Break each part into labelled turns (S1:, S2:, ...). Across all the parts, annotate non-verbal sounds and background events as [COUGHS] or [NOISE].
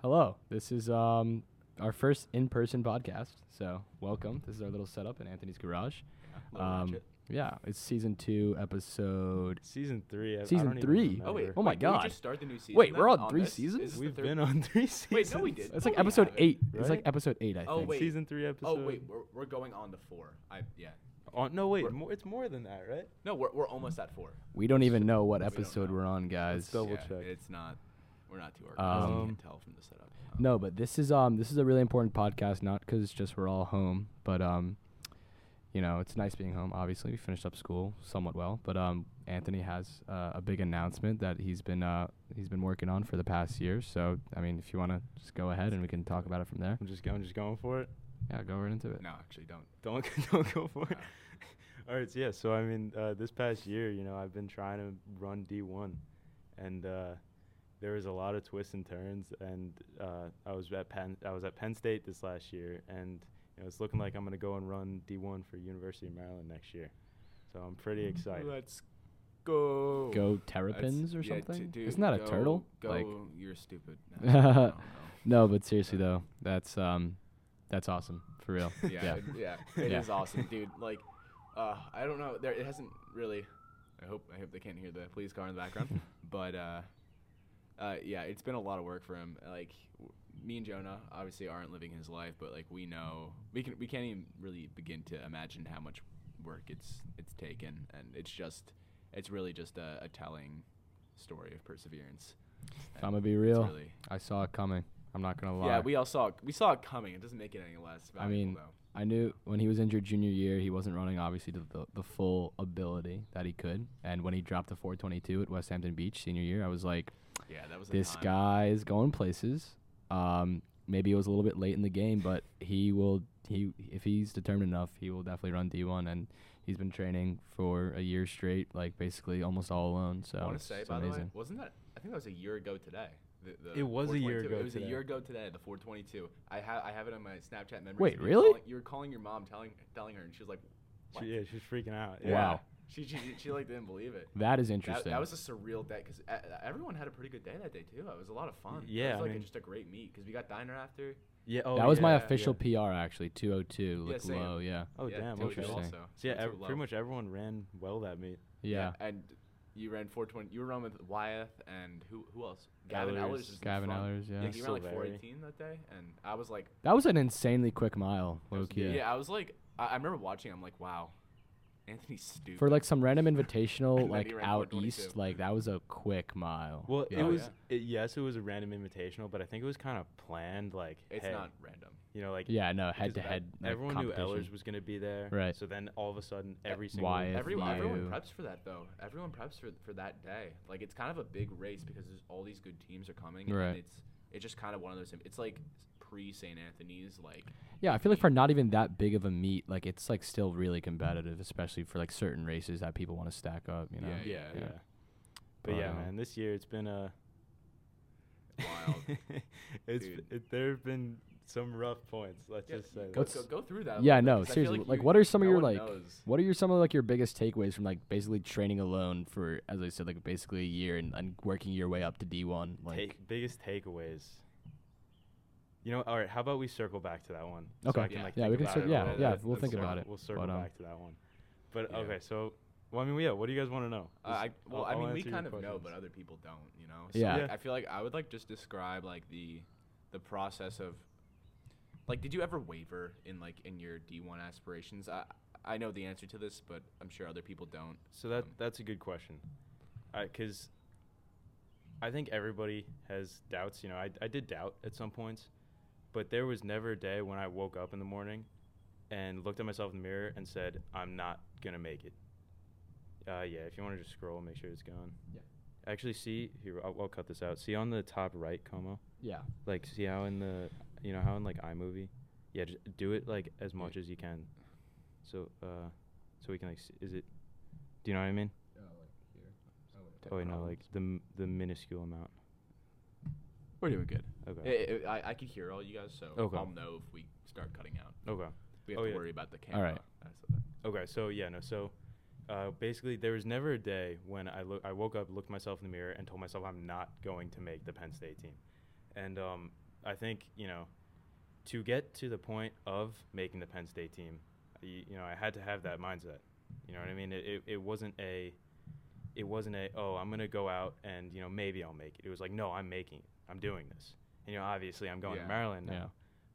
S1: Hello. This is um our first in-person podcast. So, welcome. This is our little setup in Anthony's garage.
S2: Little
S1: Um,
S2: ratchet.
S1: yeah, it's season 2, episode
S3: Season three. I,
S1: Season
S3: I don't even
S1: three?
S3: remember.
S2: Oh wait,
S1: Oh my
S2: wait, did we
S1: God.
S2: just start the new season.
S1: Wait, we're
S2: then?
S1: on three
S2: this?
S1: seasons?
S2: Is this the
S3: we've
S2: third-
S3: been on three
S2: [LAUGHS]
S3: seasons.
S2: Wait, no, we did.
S1: It's
S2: No,
S1: like
S2: we
S1: episode
S2: haven't.
S1: 8. It's like
S3: Right?
S1: episode 8, I
S2: Oh,
S1: think.
S2: wait.
S3: Season three episode.
S2: Oh wait, we're, we're going on the four. I yeah.
S3: On, Oh, no wait,
S2: We're-
S3: more, it's more than that, right?
S2: No, we're we're almost at four.
S1: We don't even know what
S2: We don't
S1: episode
S2: know.
S1: we're on, guys.
S3: Let's double
S2: Yeah,
S3: check.
S2: It's not. We're not too organized. you
S1: Um,
S2: can tell from the setup. Um,
S1: No, but this is um this is a really important podcast, not because just we're all home, but um, you know, it's nice being home. Obviously, we finished up school somewhat well, but um, Anthony has uh, a big announcement that he's been uh he's been working on for the past year. So I mean, if you want to just go ahead and we can talk about it from there.
S3: I'm just go- I'm just going for it. [LAUGHS]
S1: Yeah, go right into it.
S2: No, actually, don't.
S3: Don't [LAUGHS] don't go for it.
S2: No. Ah.
S3: [LAUGHS] All right, so yeah. So I mean, uh, this past year, you know, I've been trying to run D1, and uh, there was a lot of twists and turns. And uh, I was at Penn, I was at Penn State this last year, and you know, it's looking like I'm gonna go and run D1 for University of Maryland next year. So I'm pretty
S2: Mm-hmm.
S3: excited.
S2: Let's go.
S1: Go
S2: That's-
S1: terrapins or
S2: yeah, t-
S1: something?
S2: dude,
S1: Isn't that a
S2: go-
S1: turtle?
S2: Go. [LAUGHS]
S1: Like
S2: you're
S1: [LAUGHS]
S2: stupid. No, I don't know.
S1: no, but seriously though, that's um that's awesome for real.
S2: [LAUGHS] yeah, it-
S1: [LAUGHS]
S2: yeah, it is
S1: Yeah.
S2: awesome, dude. Like, uh, I don't know. There, it hasn't really. I hope I hope they can't hear the police car in the
S1: [LAUGHS]
S2: background. but uh, uh, yeah, it's been a lot of work for him. Like, w- me and Jonah obviously aren't living his life, but like we know we can we can't even really begin to imagine how much work it's it's taken, and it's just it's really just a, a telling story of perseverance.
S1: I'm gonna be
S2: It's
S1: real.
S2: really-
S1: I saw it coming. I'm not gonna lie.
S2: yeah, we all saw it, we saw it coming. It doesn't make it any less.
S1: I
S2: valuable,
S1: mean,
S2: though.
S1: I knew when he was injured junior year, he wasn't running obviously to the, the full ability that he could. And when he dropped to 422 at West Hampton Beach senior year, I was like,
S2: yeah, that was the
S1: this
S2: time.
S1: guy is going places. Um, maybe it was a little bit late in the game, but he will. He if he's determined enough, he will definitely run D1. And he's been training for a year straight, like basically almost all alone. So
S2: I want
S1: it's
S2: to say,
S1: just
S2: by the way,
S1: amazing.
S2: wasn't that? I think that was a year ago today. The, the
S3: It was a year
S2: 422.
S3: ago
S2: It was a
S3: today.
S2: year ago today. The 422. I have I have it on my Snapchat memories.
S1: Wait,
S2: You were
S1: really?
S2: calling- you were calling your mom, telling telling her, and she was like, what?
S3: She, yeah, she's freaking out.
S1: Yeah. Wow.
S2: She she, she, she like didn't believe it.
S1: that is
S2: That,
S1: interesting.
S2: that was a surreal day because everyone had a pretty good day that day too. It was a lot of fun. it was
S3: Yeah, I
S2: like a-
S3: mean-
S2: just a great meet because we got diner after.
S3: Yeah. Oh,
S1: That was my
S3: yeah,
S1: official
S3: yeah.
S1: PR actually. 202
S2: Yeah,
S1: look
S2: same.
S1: low. Yeah.
S3: Oh
S2: Yeah,
S3: damn!
S2: Tojo
S3: Okay.
S1: interesting.
S2: Also.
S3: So yeah,
S2: Tojo
S3: ev- pretty
S2: Love.
S3: much everyone ran well that meet.
S1: Yeah.
S2: And you ran 420. You were run with Wyeth and who who else?
S3: Ellers.
S2: Ellers was in
S1: Gavin
S2: front.
S1: Ellers. Yeah.
S2: Yeah, he ran like
S3: Silveri.
S2: 418 that day, and I was like.
S1: That was an insanely quick mile,
S2: That was-
S1: low key.
S2: Yeah. I was like, I, I remember watching. I'm like, wow, Anthony's stupid.
S1: For like some
S2: [LAUGHS]
S1: random
S2: And
S1: invitational,
S2: then
S1: like
S2: he ran
S1: out
S2: 422.
S1: east, like that was a quick mile.
S3: Well,
S1: Yeah.
S3: it
S2: Oh,
S3: was it, yes, it was a random invitational, but I think it was kind of planned. Like,
S2: it's
S3: hey,
S2: not random.
S3: you know, like
S1: yeah, no,
S3: because
S1: head to head.
S3: ev- Everyone knew Ellers was gonna be there,
S1: Right. E.
S3: So then all of a sudden, every
S1: Yeah.
S3: single
S1: Why If
S2: E, Everyone, everyone
S1: you-
S2: preps for that though. Everyone preps for for that day. Like it's kind of a big race because there's all these good teams are coming,
S1: Right.
S2: and it's it's just kind of one of those. It's like pre St. Anthony's, like
S1: Yeah, I feel like for not even that big of a meet, like it's like still really competitive, especially for like certain races that people want to stack up. You know. um,
S2: Yeah,
S3: yeah,
S1: yeah.
S3: yeah. But yeah,
S1: Wow.
S3: man, this year it's been a
S2: Wild.
S3: [LAUGHS] it's
S2: Dude.
S3: it, there have been some rough points. Let's
S2: Yeah,
S3: just say
S2: go,
S3: that.
S1: Let's-
S2: go, go through that. a
S1: Yeah,
S2: little bit,
S1: no,
S2: 'cause I feel
S1: seriously. Like,
S2: you-
S1: what are some of
S2: no
S1: your
S2: one
S1: like?
S2: knows.
S1: What are your some of like your biggest takeaways from like basically training alone for, as I said, like basically a year and, and working your way up to D one? Like,
S3: Take, biggest takeaways. You know, all right. How about we circle back to that one?
S1: Okay.
S3: So I can,
S2: Yeah.
S3: like,
S1: Yeah,
S3: think
S1: we can
S3: about
S1: cir-
S3: it a
S1: yeah,
S3: little
S1: yeah,
S3: bit.
S1: we'll think
S3: circle-
S1: about it,
S3: We'll circle
S1: but, um,
S3: back to that one. But
S2: Yeah.
S3: okay, so well, I mean, yeah. What do you guys want to know?
S2: Uh,
S3: Just-
S2: I, well,
S3: I'll-
S2: i
S3: I'll
S2: mean, we
S3: answer your
S2: kind of know,
S3: questions.
S2: but other people don't, you know.
S1: Yeah.
S2: like,
S3: Yeah.
S2: I feel like I would like just describe like the, the process of, like, did you ever waver in like in your D one aspirations? I I know the answer to this, but I'm sure other people don't.
S3: So that
S2: Um,
S3: that's a good question, because I think everybody has doubts. You know, I I did doubt at some points, but there was never a day when I woke up in the morning and looked at myself in the mirror and said, "I'm not gonna make it." Uh, yeah, if you want to just scroll, make sure it's gone.
S1: Yeah.
S3: Actually, see here. I'll, I'll cut this out. See on the top right, Como.
S1: yeah,
S3: Like, see how in the, you know, how in like iMovie. Yeah, just do it like as much as you can. So, uh, so we can like, see, is it? Do you know what I mean? Oh wait, no, like the m- the minuscule amount.
S2: we're doing good.
S3: Okay.
S2: I, I, I can hear all you guys, so
S3: Okay.
S2: I'll know if we start cutting out.
S3: Okay.
S2: We have
S3: Oh,
S2: to
S3: yeah.
S2: worry about the camera.
S1: All right.
S2: I said that.
S3: Okay. So yeah, no. So, uh, basically, there was never a day when I look, I woke up, looked myself in the mirror, and told myself I'm not going to make the Penn State team, and um, I think you know, to get to the point of making the Penn State team, you, you know, I had to have that mindset. You know what I mean? It, it, it wasn't a, it wasn't a oh I'm gonna go out and you know maybe I'll make it. It was like no I'm making it. I'm doing this. And you know obviously I'm going
S2: Yeah.
S3: to Maryland now.
S1: Yeah.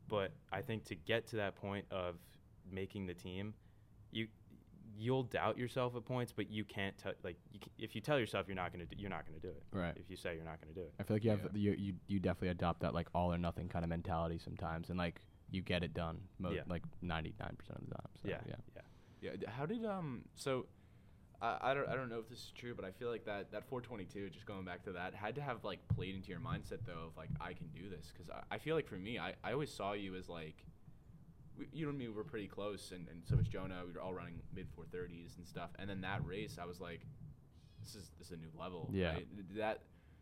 S3: But I think to get to that point of making the team, you you'll doubt yourself at points, but you can't tell like you c if you tell yourself you're not gonna do, you're not gonna do it.
S1: Right.
S3: If you say you're not gonna do it.
S1: I feel like you have
S2: Yeah.
S1: you, you you definitely adopt that like all or nothing kind of mentality sometimes, and like you get it done mo-
S3: Yeah.
S1: like ninety nine percent of the time. So,
S3: yeah.
S1: yeah.
S3: Yeah.
S2: Yeah. d- How did um? So, I, I don't I don't know if this is true, but I feel like that that 422. Just going back to that, had to have like played into your mindset though of like I can do this because I, I feel like for me, I, I always saw you as like, we, you and me were pretty close, and and so was Jonah. We were all running mid 430s and stuff, and then that race, I was like, this is this is a new level.
S1: Yeah.
S2: right? Did That.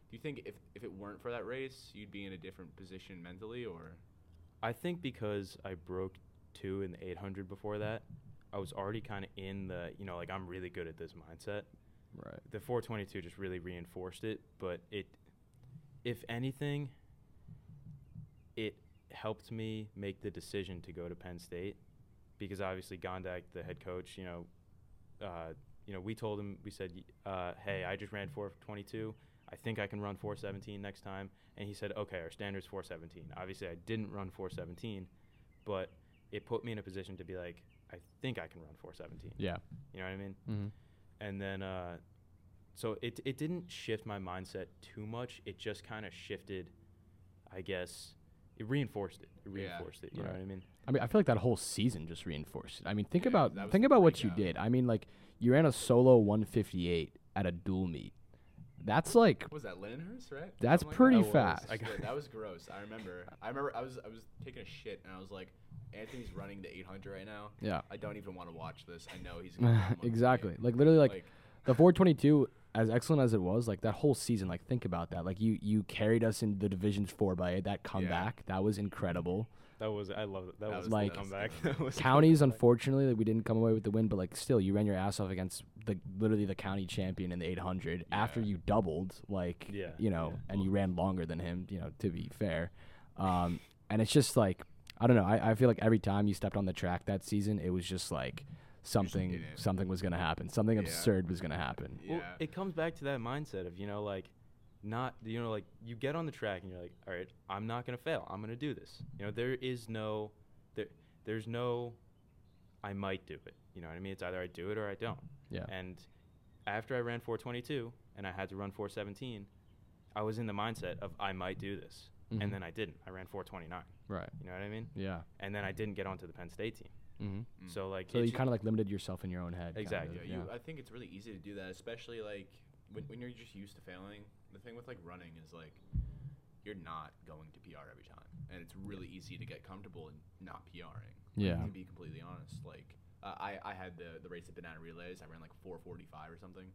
S2: Do you think if, if it weren't for that race, you'd be in a different position mentally, or
S3: I think because I broke two in the 800 before that, I was already kind of in the, you know, like I'm really good at this mindset.
S1: Right.
S3: The 422 just really reinforced it, but it, if anything, it helped me make the decision to go to Penn State because obviously Gondak, the head coach, you know, uh, you know, we told him, we said, y- uh, hey, I just ran 422. I think I can run 417 next time. And he said, okay, our standard's 417. Obviously, I didn't run 417, but it put me in a position to be like, I think I can run 417.
S1: Yeah.
S3: You know what I mean?
S1: Mm-hmm.
S3: and then uh, so it it didn't shift my mindset too much. It just kind of shifted, I guess. It reinforced it. It
S2: Yeah.
S3: reinforced it. You
S1: Right.
S3: know what I mean?
S1: I mean, I feel like that whole season just reinforced it. I mean, think
S2: Yeah,
S1: about
S2: that was
S1: think
S2: the
S1: about what you
S2: breakout.
S1: did. I mean, like you ran a solo 158 at a dual meet. That's like
S2: What was that Lindenhurst, right?
S1: That's
S2: Something like
S1: pretty
S2: that.
S1: fast.
S3: [LAUGHS] I got-
S2: Yeah, that was gross. I remember. I remember. I was I was taking a shit and I was like, Anthony's running the 800 right now.
S1: yeah.
S2: I don't even want to watch this. I know
S1: [LAUGHS]
S2: he's gonna [LAUGHS] come up with me."
S1: exactly. Like literally like the 422 as excellent as it was like that whole season like think about that like you you carried us in the divisions 4 by that comeback that was incredible
S3: That was I love that. That,
S2: That
S3: was
S2: was
S3: my
S1: like-
S3: comeback. [LAUGHS] that was
S1: counties unfortunately like, we didn't come away with the win but like still you ran your ass off against the literally the county champion in the 800 after
S2: Yeah.
S1: you doubled like
S3: Yeah,
S1: you know
S3: yeah.
S1: and you ran longer than him you know to be fair um and it's just like i don't know I, I feel like every time you stepped on the track that season it was just like something
S2: did it.
S1: something was going to happen something
S2: Yeah.
S1: absurd was going to happen
S2: yeah.
S3: Well, it comes back to that mindset of you know like, not you know like you get on the track and you're like, all right, I'm not gonna fail. I'm gonna do this. You know there is no, there there's no, I might do it. You know what I mean? It's either I do it or I don't.
S1: yeah
S3: And after I ran 422 and I had to run 417, I was in the mindset of I might do this.
S1: Mhm.
S3: And then I didn't. I ran 429.
S1: right
S3: You know what I mean?
S1: yeah
S3: And then I didn't get onto the Penn State team.
S1: mm-hmm.
S2: Mm.
S3: So like
S1: So
S3: it's
S1: you
S3: ju-
S1: kind of like limited yourself in your own head. kind
S3: Exactly.
S2: yeah,
S1: of,
S2: you, I think it's really easy to do that, especially like when, when you're just used to failing. The thing with like running is like you're not going to PR every time, and it's really easy to get comfortable in not PRing.
S1: Yeah.
S2: [LAUGHS] To be completely honest, like uh, I I had the the race at Banana Relays. I ran like 4:45 or something,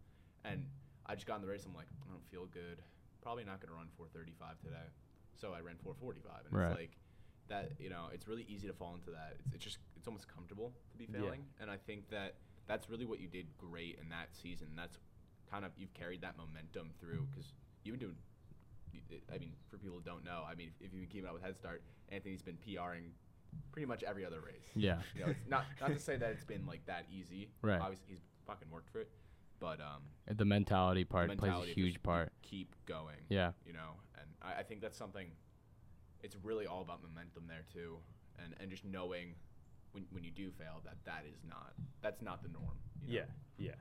S2: and I just got in the race. I'm like, I don't feel good. Probably not gonna run 4:35 today. So I ran 4:45, and
S1: Right.
S2: it's like that. You know, it's really easy to fall into that. It's, it's just it's almost comfortable to be
S3: Yeah.
S2: failing, and I think that that's really what you did great in that season. That's kind of you've carried that momentum through because you've been doing. y- it- I mean, for people who don't know, I mean, if, if you've been keeping up with Head Start, Anthony's been PRing pretty much every other race.
S1: yeah.
S2: You know, it's not not to say that it's been like that easy.
S1: Right.
S2: Obviously, he's fucking worked for it, but um,
S1: Yeah. The mentality part
S2: mentality
S1: plays
S2: of
S1: a huge
S2: just
S1: part.
S2: keep going.
S1: Yeah.
S2: You know, and I, I think that's something. It's really all about momentum there too, and and just knowing when when you do fail that that is not that's not the norm. you know?
S3: yeah, yeah.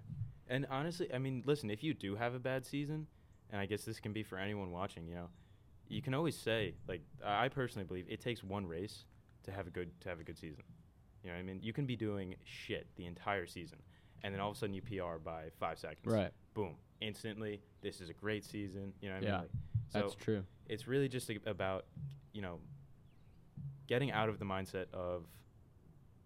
S3: And honestly, I mean, listen, if you do have a bad season, and I guess this can be for anyone watching, you know, you can always say like I I personally believe it takes one race to have a good to have a good season. You know what I mean? You can be doing shit the entire season, and then all of a sudden you PR by five seconds.
S1: Right.
S3: Boom. Instantly, this is a great season. You know what I
S1: Yeah,
S3: mean? Like,
S1: That's
S3: so
S1: true.
S3: it's really just a- about, you know, getting out of the mindset of,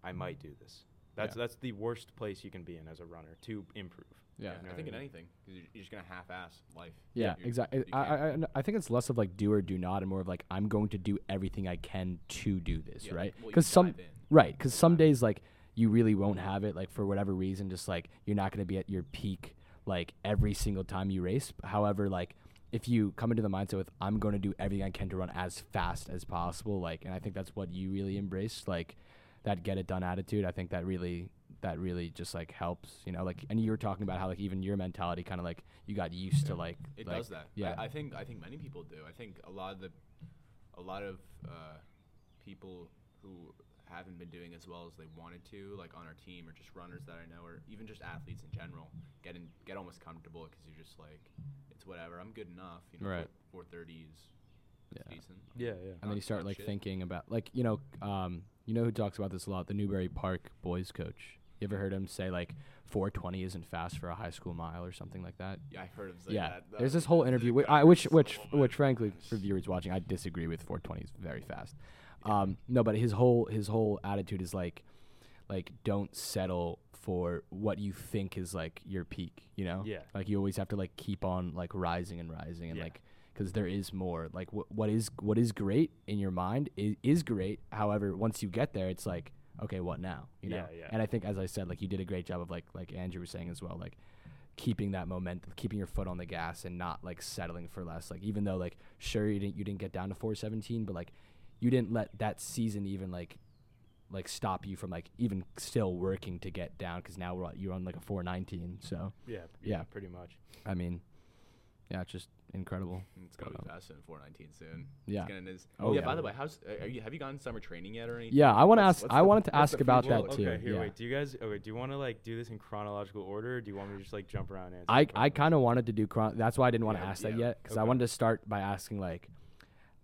S3: I might do this. That's
S1: Yeah.
S3: that's the worst place you can be in as a runner to improve.
S1: Yeah.
S3: You know
S2: I
S3: what
S2: think in
S3: mean?
S2: anything, 'cause you're, you're just gonna half-ass life.
S1: Yeah.
S2: You're-
S1: Exactly.
S2: you
S1: I,
S2: can't-
S1: I I- I think it's less of like do or do not, and more of like I'm going to do everything I can to do this.
S2: Yeah, like,
S1: right.
S2: well, you
S1: Because some
S2: dive in.
S1: right. Because some days like you really won't have it. Like for whatever reason, just like you're not going to be at your peak like every single time you race. However, like if you come into the mindset with I'm going to do everything I can to run as fast as possible, like, and I think that's what you really embraced, like that get it done attitude. I think that really that really just like helps, you know, like, and you were talking about how like even your mentality kind of like you got used to like
S2: It
S1: like-
S2: does that.
S1: yeah.
S2: I, I think I think many people do. I think a lot of the, a lot of uh, people who haven't been doing as well as they wanted to, like on our team or just runners that I know, or even just athletes in general, get in, get almost comfortable because you're just like, it's whatever. I'm good enough. You know,
S1: Right.
S2: Four thirties.
S1: Yeah.
S2: Decent.
S3: Yeah, yeah.
S1: and then
S2: not
S1: you start
S2: done
S1: like
S2: shit.
S1: thinking about like you know um you know who talks about this a lot the newberry park boys coach you ever heard him say like 420 isn't fast for a high school mile or something like that
S2: Yeah, I've heard of like
S1: yeah
S2: that. that
S1: there's
S2: was
S1: this whole
S2: the
S1: interview whi- I, which
S2: conversation's a
S1: which
S2: little bit-
S1: which frankly for viewers watching i disagree with 420 is very fast um no but his whole his whole attitude is like like don't settle for what you think is like your peak you know
S3: Yeah.
S1: like you always have to like keep on like rising and rising and
S3: Yeah.
S1: like because there is more like wh- what is what is great in your mind is, is great however once you get there it's like okay what now you know
S3: Yeah, yeah.
S1: and i think as i said like you did a great job of like like andrew was saying as well like keeping that momentum keeping your foot on the gas and not like settling for less like even though like sure you didn't you didn't get down to 417 but like you didn't let that season even like like stop you from like even still working to get down because now we're, you're on like a 419 so
S3: Yeah, yeah,
S1: Yeah.
S3: pretty much.
S1: i mean yeah it's just incredible
S2: It's gonna be
S1: Wow.
S2: faster than 419 soon.
S1: Yeah.
S2: It's gonna, it's,
S1: Oh,
S2: oh yeah.
S1: yeah.
S2: By the way, how's uh, are you? Have you gone summer training yet or anything?
S1: Yeah, I want to
S2: What's-
S1: ask.
S2: what's
S1: I
S2: the-
S1: wanted to
S2: what's
S1: ask
S2: the
S1: about
S2: future
S1: that
S2: look
S1: too.
S3: Okay, here,
S1: yeah.
S3: wait. Do you guys okay, do you want to like do this in chronological order or do you want me to just like jump around and answer
S1: I
S3: the
S1: I
S3: questions?
S1: kind of wanted to do. Chron- that's why I didn't want to
S2: Yeah,
S1: ask that
S2: yeah,
S1: yet because I
S3: okay.
S1: wanted to start by asking like,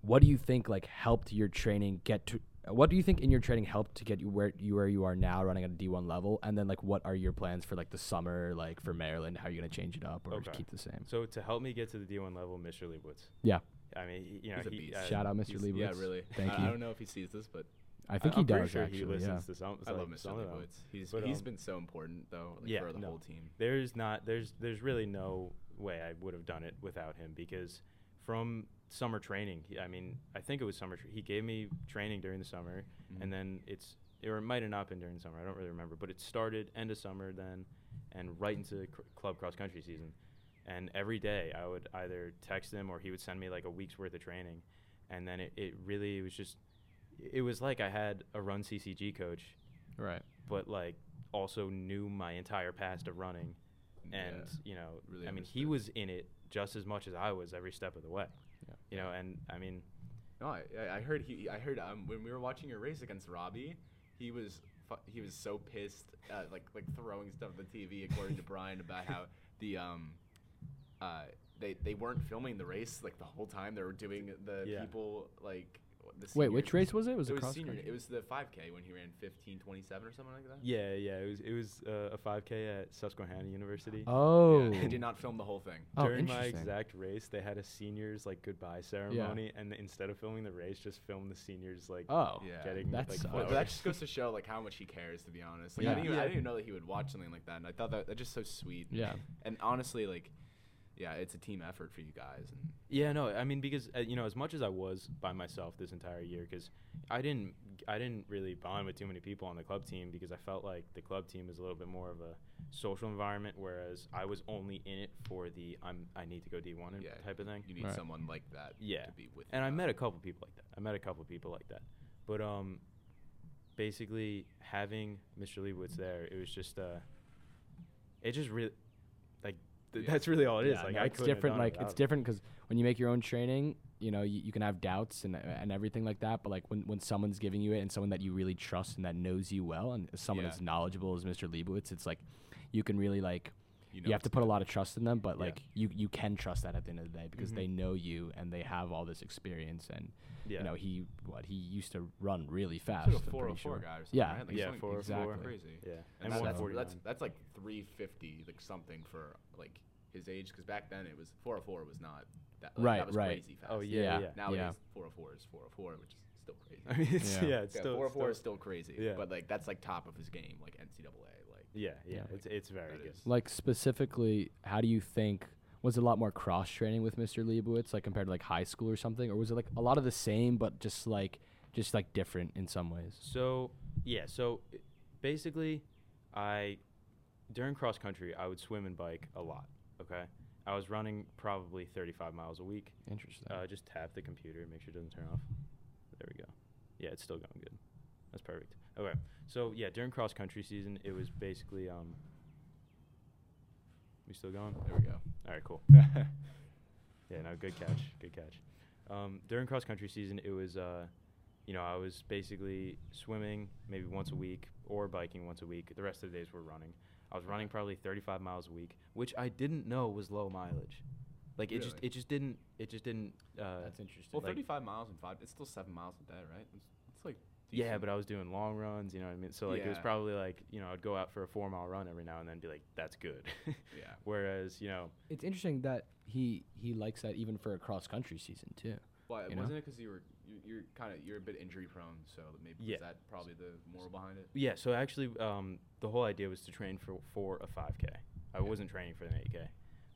S1: what do you think like helped your training get to? What do you think in your training helped to get you where you where you are now, running at a D one level? And then like, what are your plans for like the summer, like for Maryland? How are you gonna change it up or
S3: Okay.
S1: keep the same?
S3: So to help me get to the D1 level, Mr. Leibowitz.
S1: Yeah.
S3: I mean, he- you know,
S2: He's a
S3: he,
S2: beast.
S3: uh,
S1: Shout out, Mr.
S3: he's-
S1: Leibowitz.
S2: Yeah, really.
S1: Thank
S2: I,
S1: you.
S2: I don't know if he sees this, but
S1: I think
S3: I'm
S1: he
S3: pretty
S1: does
S3: sure he
S1: actually.
S3: listens
S1: yeah.
S3: to some.
S2: I love Mr.
S3: like, some of them.
S2: Leibowitz. He's
S3: But,
S2: he's
S3: um,
S2: been so important though like,
S3: yeah,
S2: for the
S3: no.
S2: whole team.
S3: There's not there's there's really no way I would have done it without him because from summer training, he, I mean, I think it was summer. tra- He gave me training during the summer,
S2: Mhm.
S3: and then it's or it might have not been during the summer. I don't really remember, but it started end of summer then, and right into cr- club cross country season. And every day I would either text him or he would send me like a week's worth of training, and then it, it really was just it was like I had a run CCG coach
S1: Right.
S3: but like also knew my entire past of running and
S2: Yeah.
S3: you know
S2: Really
S3: i mean he
S2: understood.
S3: was in it just as much as i was every step of the way
S1: Yeah.
S3: you know and i mean
S2: No, I, I- I heard he. I heard um, when we were watching your race against Robbie, he was fu- he was so pissed, uh, like like throwing stuff at the TV, according to [LAUGHS] Brian, about how the um, uh, they they weren't filming the race like the whole time. They were doing the
S3: Yeah.
S2: people like. The
S1: Wait,
S2: senior-
S1: which race was it?
S2: It
S1: Was
S2: was,
S1: it cross
S2: senior.
S1: country?
S2: It was the 5K when he ran 15:27 or something like that.
S3: yeah yeah it was it was uh, a 5k at susquehanna university
S1: Oh.
S2: he did not film the whole thing.
S1: Oh,
S3: during my
S1: interesting.
S3: exact race they had a seniors like goodbye ceremony and instead of filming the race just filmed the seniors like
S1: Oh.
S2: Yeah.
S3: getting
S1: that
S3: like
S1: sucks.
S2: But
S1: Wow.
S2: that
S3: flowers.
S2: just goes to show like how much he cares, to be honest. Like,
S1: Yeah.
S2: I, didn't even, I
S3: Yeah.
S2: didn't even know that he would watch something like that, and I thought that that's just so sweet.
S1: Yeah.
S2: And honestly, like, yeah, it's a team effort for you guys. And
S3: Yeah, no, I mean because uh, you know as much as I was by myself this entire year because I didn't I didn't really bond with too many people on the club team because I felt like the club team is a little bit more of a social environment whereas I was only in it for the I'm I need to go D1 and
S2: Yeah.
S3: type of thing.
S2: you need
S1: Right.
S2: someone like that.
S3: Yeah.
S2: To be with.
S3: And
S2: you
S3: I
S2: on
S3: met
S2: it.
S3: a couple people like that. I met a couple people like that. But um basically having Mr. Leibowitz there, it was just uh it just really like th-
S2: Yeah.
S3: that's really all it is.
S1: Yeah,
S3: like
S1: no,
S3: I
S1: it's
S3: couldn't have
S1: different.
S3: done it
S1: Like it's
S3: without him.
S1: different because when you make your own training, you know, you, you can have doubts and and everything like that. But like when, when someone's giving you it and someone that you really trust and that knows you well and someone
S2: Yeah.
S1: as knowledgeable as Mr. Leibowitz, it's like you can really like you,
S2: know
S1: have
S2: it's
S1: to put a lot of trust in them. But
S3: Yeah.
S1: like you you can trust that at the end of the day because
S3: Mhm.
S1: they know you and they have all this experience and
S3: Yeah.
S1: you know he what he used to run really fast.
S2: It's like a
S1: I'm
S2: 404
S1: pretty sure.
S2: guy or something.
S1: Yeah.
S2: Right? Like
S3: Yeah,
S2: something
S3: 404.
S2: exactly Crazy.
S3: yeah.
S2: And
S1: And
S2: that-
S1: one
S2: that's,
S1: 149.
S2: that's that's like 350 like something for like his age because back then it was 404 was not that like,
S1: Right,
S2: that was
S1: right.
S2: crazy fast.
S3: Oh, yeah,
S1: Yeah.
S3: yeah.
S2: Nowadays
S1: yeah.
S2: 404 is 404 which is still crazy.
S3: [LAUGHS] I mean, it's,
S1: Yeah.
S3: yeah. it's
S2: yeah,
S3: still,
S2: 404
S3: still-
S2: is still crazy.
S3: yeah.
S2: But like that's like top of his game like NCAA like.
S3: yeah, yeah,
S1: Yeah.
S3: It's it's very
S2: That
S3: good.
S2: is-
S1: Like specifically, how do you think was it a lot more cross training with Mr. Leibowitz, like compared to like high school or something, or was it like a lot of the same but just like just like different in some ways?
S3: So yeah, so i- basically, I during cross country I would swim and bike a lot. Okay, I I was running probably 35 miles a week.
S1: Interesting.
S3: Uh, just tap the computer, make sure it doesn't turn off. There we go. Yeah, it's still going good. That's perfect. Okay, so yeah, during cross country season, it was basically um. We still going?
S2: There we go.
S3: All right, cool. Yeah, no, good catch, good catch. Um, during cross country season, it was, uh, you know, I was basically swimming maybe once a week or biking once a week. The rest of the days were running. I was running probably 35 miles a week, which I didn't know was low mileage. Like it just
S2: Really?
S3: it just didn't it just didn't. Uh,
S1: That's interesting.
S2: Well,
S3: like-
S2: 35 miles and five. It's still seven miles a day, right? It's, it's like.
S3: yeah, but I was doing long runs. You know what I mean? So like it was
S2: Yeah.
S3: probably like you know I'd go out for a four mile run every now and then, and be like, that's good. [LAUGHS]
S2: Yeah.
S3: Whereas you know
S1: It's interesting that he he likes that even for a cross country season too.
S2: Why
S1: You know?
S2: wasn't it 'cause it because you were you, you're kind of you're a bit injury prone, so maybe
S3: Yeah.
S2: is that probably the moral behind it?
S3: Yeah, so actually, um, the whole idea was to train for for a 5K. I
S2: Yeah.
S3: wasn't training for an 8K,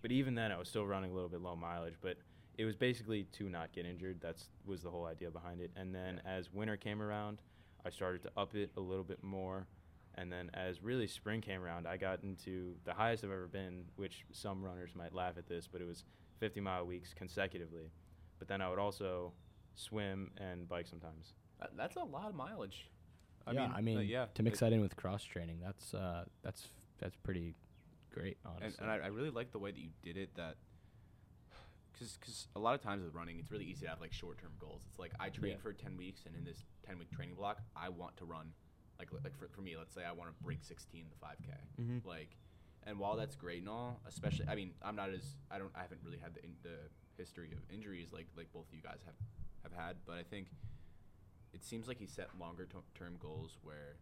S3: but even then, I was still running a little bit low mileage. But it was basically to not get injured. That's was the whole idea behind it. And then as winter came around, I started to up it a little bit more. And then as really spring came around, I got into the highest I've ever been, which some runners might laugh at this, but it was 50 mile weeks consecutively. But then I would also swim and bike sometimes.
S2: That, that's a lot of mileage.
S1: yeah, I mean,
S2: uh, yeah.
S1: to mix
S2: it-
S1: that in with cross training, that's uh, that's that's pretty great, honestly.
S2: and, and I, I really like the way that you did it. That because a lot of times with running, it's really easy to have like short term goals. It's like I train
S1: Yeah.
S2: for ten weeks, and in this ten week training block, I want to run. Like like for, for me, let's say I want to break sixteen the five k.
S1: Mm-hmm.
S3: Mhm.
S2: Like, and while that's great and all, especially I mean I'm not as I don't I haven't really had the in, the history of injuries like like both of you guys have have had, but I think it seems like he set longer to- term goals where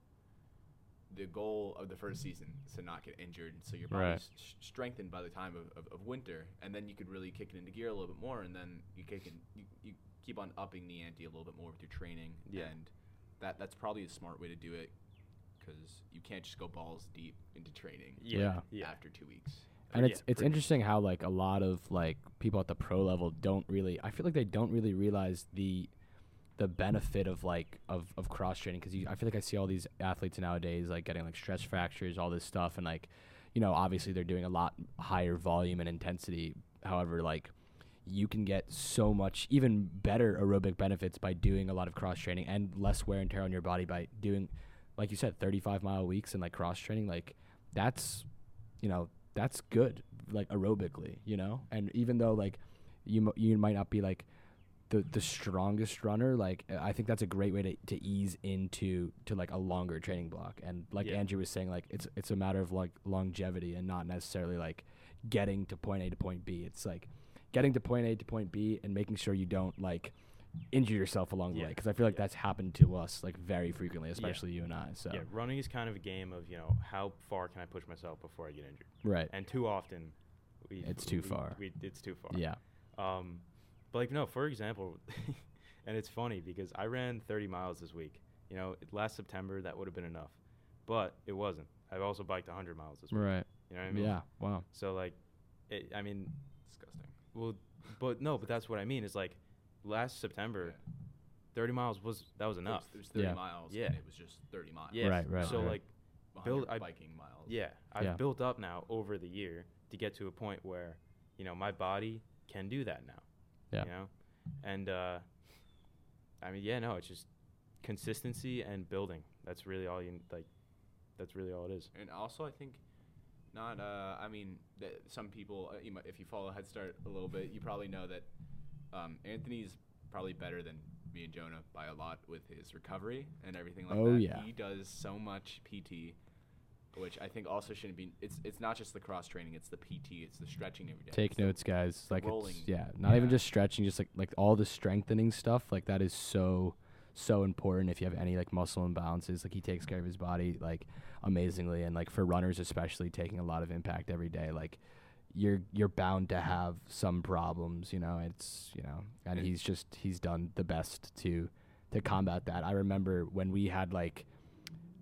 S2: the goal of the first season is to not get injured, so your body's
S1: Right.
S2: s- strengthened by the time of, of, of winter, and then you could really kick it into gear a little bit more, and then you kick in, you, you keep on upping the ante a little bit more with your training,
S3: Yeah.
S2: and that that's probably a smart way to do it because you can't just go balls deep into training
S1: Yeah.
S3: Yeah.
S2: after two weeks.
S1: and
S3: yeah,
S1: it's it's
S3: pretty-
S1: interesting how like a lot of like people at the pro level don't really I feel like they don't really realize the the benefit of like of, of cross training because I feel like I see all these athletes nowadays like getting like stress fractures all this stuff and like you know obviously they're doing a lot higher volume and intensity however like you can get so much even better aerobic benefits by doing a lot of cross training and less wear and tear on your body by doing like you said 35 mile weeks and like cross training like that's you know that's good like aerobically you know and even though like you m- you might not be like the the strongest runner like uh, i think that's a great way to, to ease into to like a longer training block and like
S3: Yeah.
S1: andrew was saying like it's it's a matter of like longevity and not necessarily like getting to point a to point b it's like getting to point a to point b and making sure you don't like injure yourself along the way. 'Cause
S3: Yeah.
S1: way because i feel like
S3: Yeah.
S1: that's happened to us like very frequently especially you and i so
S3: Yeah, running is kind of a game of you know how far can I push myself before I get injured,
S1: right
S3: and too often, we,
S1: It's too
S3: we-
S1: far.
S3: We, it's too far.
S1: yeah
S3: Um, but like no, for example, [LAUGHS] and it's funny because I ran 30 miles this week. You know, it- last September that would have been enough, but it wasn't. I've also biked 100 miles this week.
S1: right
S3: You know what I mean?
S1: yeah wow
S3: So like, it, I mean,
S2: Disgusting.
S3: well, but no, but that's what I mean. Is like, last September, 30 miles was that was
S2: It
S3: enough.
S2: It was 30
S1: Yeah.
S2: miles,
S3: Yeah.
S2: and it was just 30 miles.
S3: Yeah.
S1: Right, right,
S3: So
S1: right.
S3: like,
S2: 100
S3: Build- I-
S2: biking miles.
S3: Yeah, I've
S1: Yeah.
S3: built up now over the year to get to a point where, you know, my body can do that now.
S1: Yeah.
S3: You know, and uh, I mean, yeah, no, it's just consistency and building. That's really all you like. That's really all it is.
S2: And also, I think not. Uh, I mean, th- some people, uh, you might, if you follow Head Start a little bit, you probably know that um, Anthony's probably better than me and Jonah by a lot with his recovery and everything like
S1: Oh,
S2: that.
S1: yeah.
S2: He does so much PT, which I think also shouldn't be. It's it's not just the cross training; it's the PT, it's the stretching every day.
S1: Take
S2: it's the-
S1: notes, guys. Like
S2: rolling.
S1: it's yeah, not even
S2: Yeah.
S1: just stretching, just like like all the strengthening stuff. Like that is so so important if you have any like muscle imbalances. Like he takes care of his body like amazingly and like for runners especially taking a lot of impact every day, like you're you're bound to have some problems, you know. It's you know, and
S2: And-
S1: he's just he's done the best to to combat that. I remember when we had like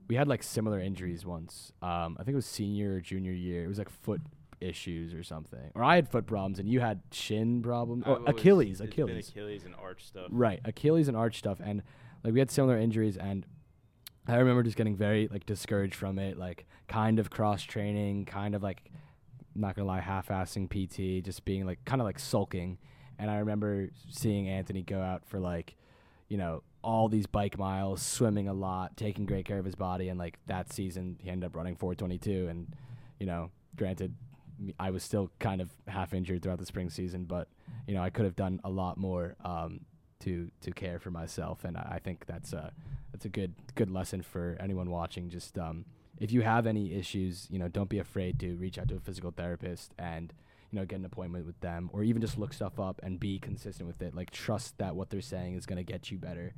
S1: we had like similar injuries once. Um, I think it was senior or junior year. It was like foot issues or something. Or I had foot problems and you had shin problems.
S3: I've
S1: Or
S3: always-
S1: uh, Achilles,
S3: it's been
S1: Achilles.
S3: Achilles and arch stuff.
S1: Right, Achilles and arch stuff, and like we had similar injuries, and I remember just getting very like discouraged from it, like kind of cross training, kind of like not gonna lie, half-assing PT, just being like kind of like sulking. And I remember seeing Anthony go out for like, you know, all these bike miles, swimming a lot, taking great care of his body, and like that season he ended up running 422. And you know, granted, me- I was still kind of half injured throughout the spring season, but you know, I could have done a lot more um, to to care for myself, and I, I think that's a that's a good good lesson for anyone watching. Just um, if you have any issues, you know, don't be afraid to reach out to a physical therapist and you know get an appointment with them, or even just look stuff up and be consistent with it. Like trust that what they're saying is going to get you better.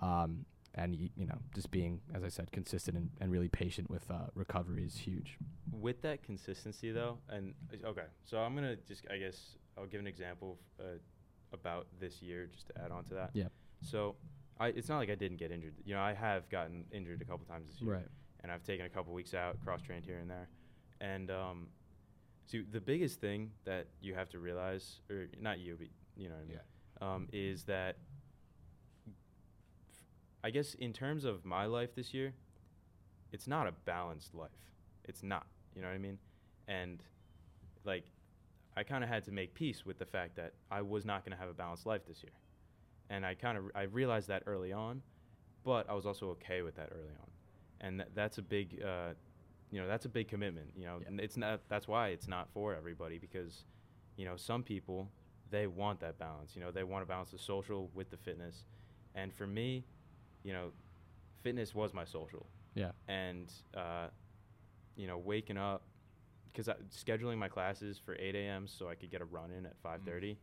S1: Um, and y- you know, just being, as I said, consistent and, and really patient with uh, recovery is huge.
S3: with that consistency though and okay so i'm gonna just i guess i'll give an example of, uh, about this year just to add on to that
S1: Yeah.
S3: so I, it's not like i didn't get injured you know i have gotten injured a couple times this year and I've taken a couple weeks out, cross trained here and there. And um, so the biggest thing that you have to realize, or not you, but you know what I mean, um, is that I guess in terms of my life this year, it's not a balanced life. It's not. You know what I mean? And like, I kind of had to make peace with the fact that I was not going to have a balanced life this year. And I kind of I realized that early on, but I was also okay with that early on. And th- that's a big, uh, you know, that's a big commitment. You know,
S1: Yeah.
S3: and it's not. That's why it's not for everybody because, you know, some people they want that balance. You know, they want to balance the social with the fitness. And for me, you know, fitness was my social.
S1: Yeah.
S3: And, uh, you know, waking up, because scheduling my classes for 8 a.m. so I could get a run in at
S1: Mm.
S3: 5:30.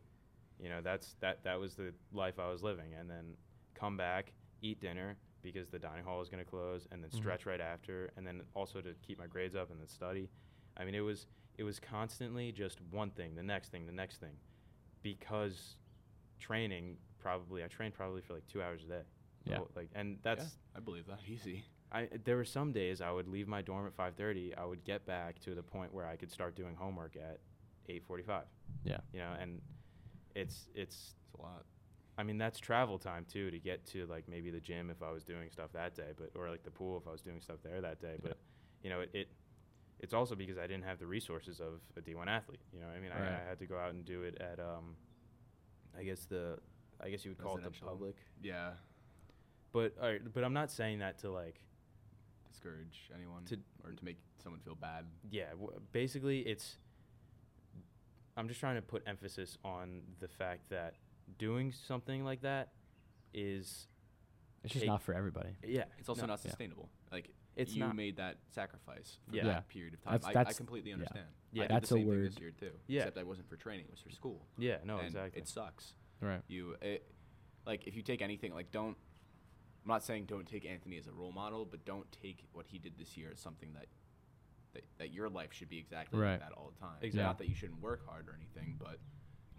S3: You know, that's that that was the life I was living. And then come back, eat dinner because the dining hall was going to close, and then
S1: Mhm.
S3: stretch right after, and then also to keep my grades up and then study. I mean, it was it was constantly just one thing, the next thing, the next thing, because training probably I trained probably for like two hours a day. The
S1: Yeah.
S3: whole- Like, and that's
S2: I believe that easy.
S3: I there were some days I would leave my dorm at 5:30. I would get back to the point where I could start doing homework at 8:45.
S1: Yeah.
S3: You know, and it's it's
S2: It's a lot.
S3: I mean that's travel time too to get to like maybe the gym if I was doing stuff that day, but or like the pool if I was doing stuff there that day, but you know, it, it it's also because I didn't have the resources of a D1 athlete, you know. what I mean,
S1: Right.
S3: I, I had to go out and do it at um I guess the I guess you would call it the
S2: Residential.
S3: public.
S2: Yeah.
S3: But all right, but I'm not saying that to like
S2: Discourage anyone
S3: To-
S2: or to make someone feel bad.
S3: yeah w- basically it's i'm just trying to put emphasis on the fact that doing something like that is
S1: It's just
S3: Take-
S1: not for everybody.
S3: yeah
S2: It's also
S3: no,
S2: not
S1: Yeah.
S2: sustainable. Like
S3: it's
S2: you
S3: not
S2: made that sacrifice for
S3: Yeah.
S1: Yeah.
S2: that period of time.
S1: That's-
S2: I, I
S1: that's-
S2: completely
S1: yeah.
S2: understand.
S3: Yeah.
S2: I did
S1: That's a
S2: the same thing this
S1: word.
S2: year too.
S3: Yeah.
S2: Except I wasn't for training; it was for school.
S3: yeah no
S2: and
S3: exactly
S2: It sucks.
S1: Right.
S2: You, it, like, if you take anything, like, don't. I'm not saying don't take Anthony as a role model, but don't take what he did this year as something that that, that your life should be exactly
S1: Right.
S2: like that all the time.
S3: Exactly.
S2: Not that you shouldn't work hard or anything, but,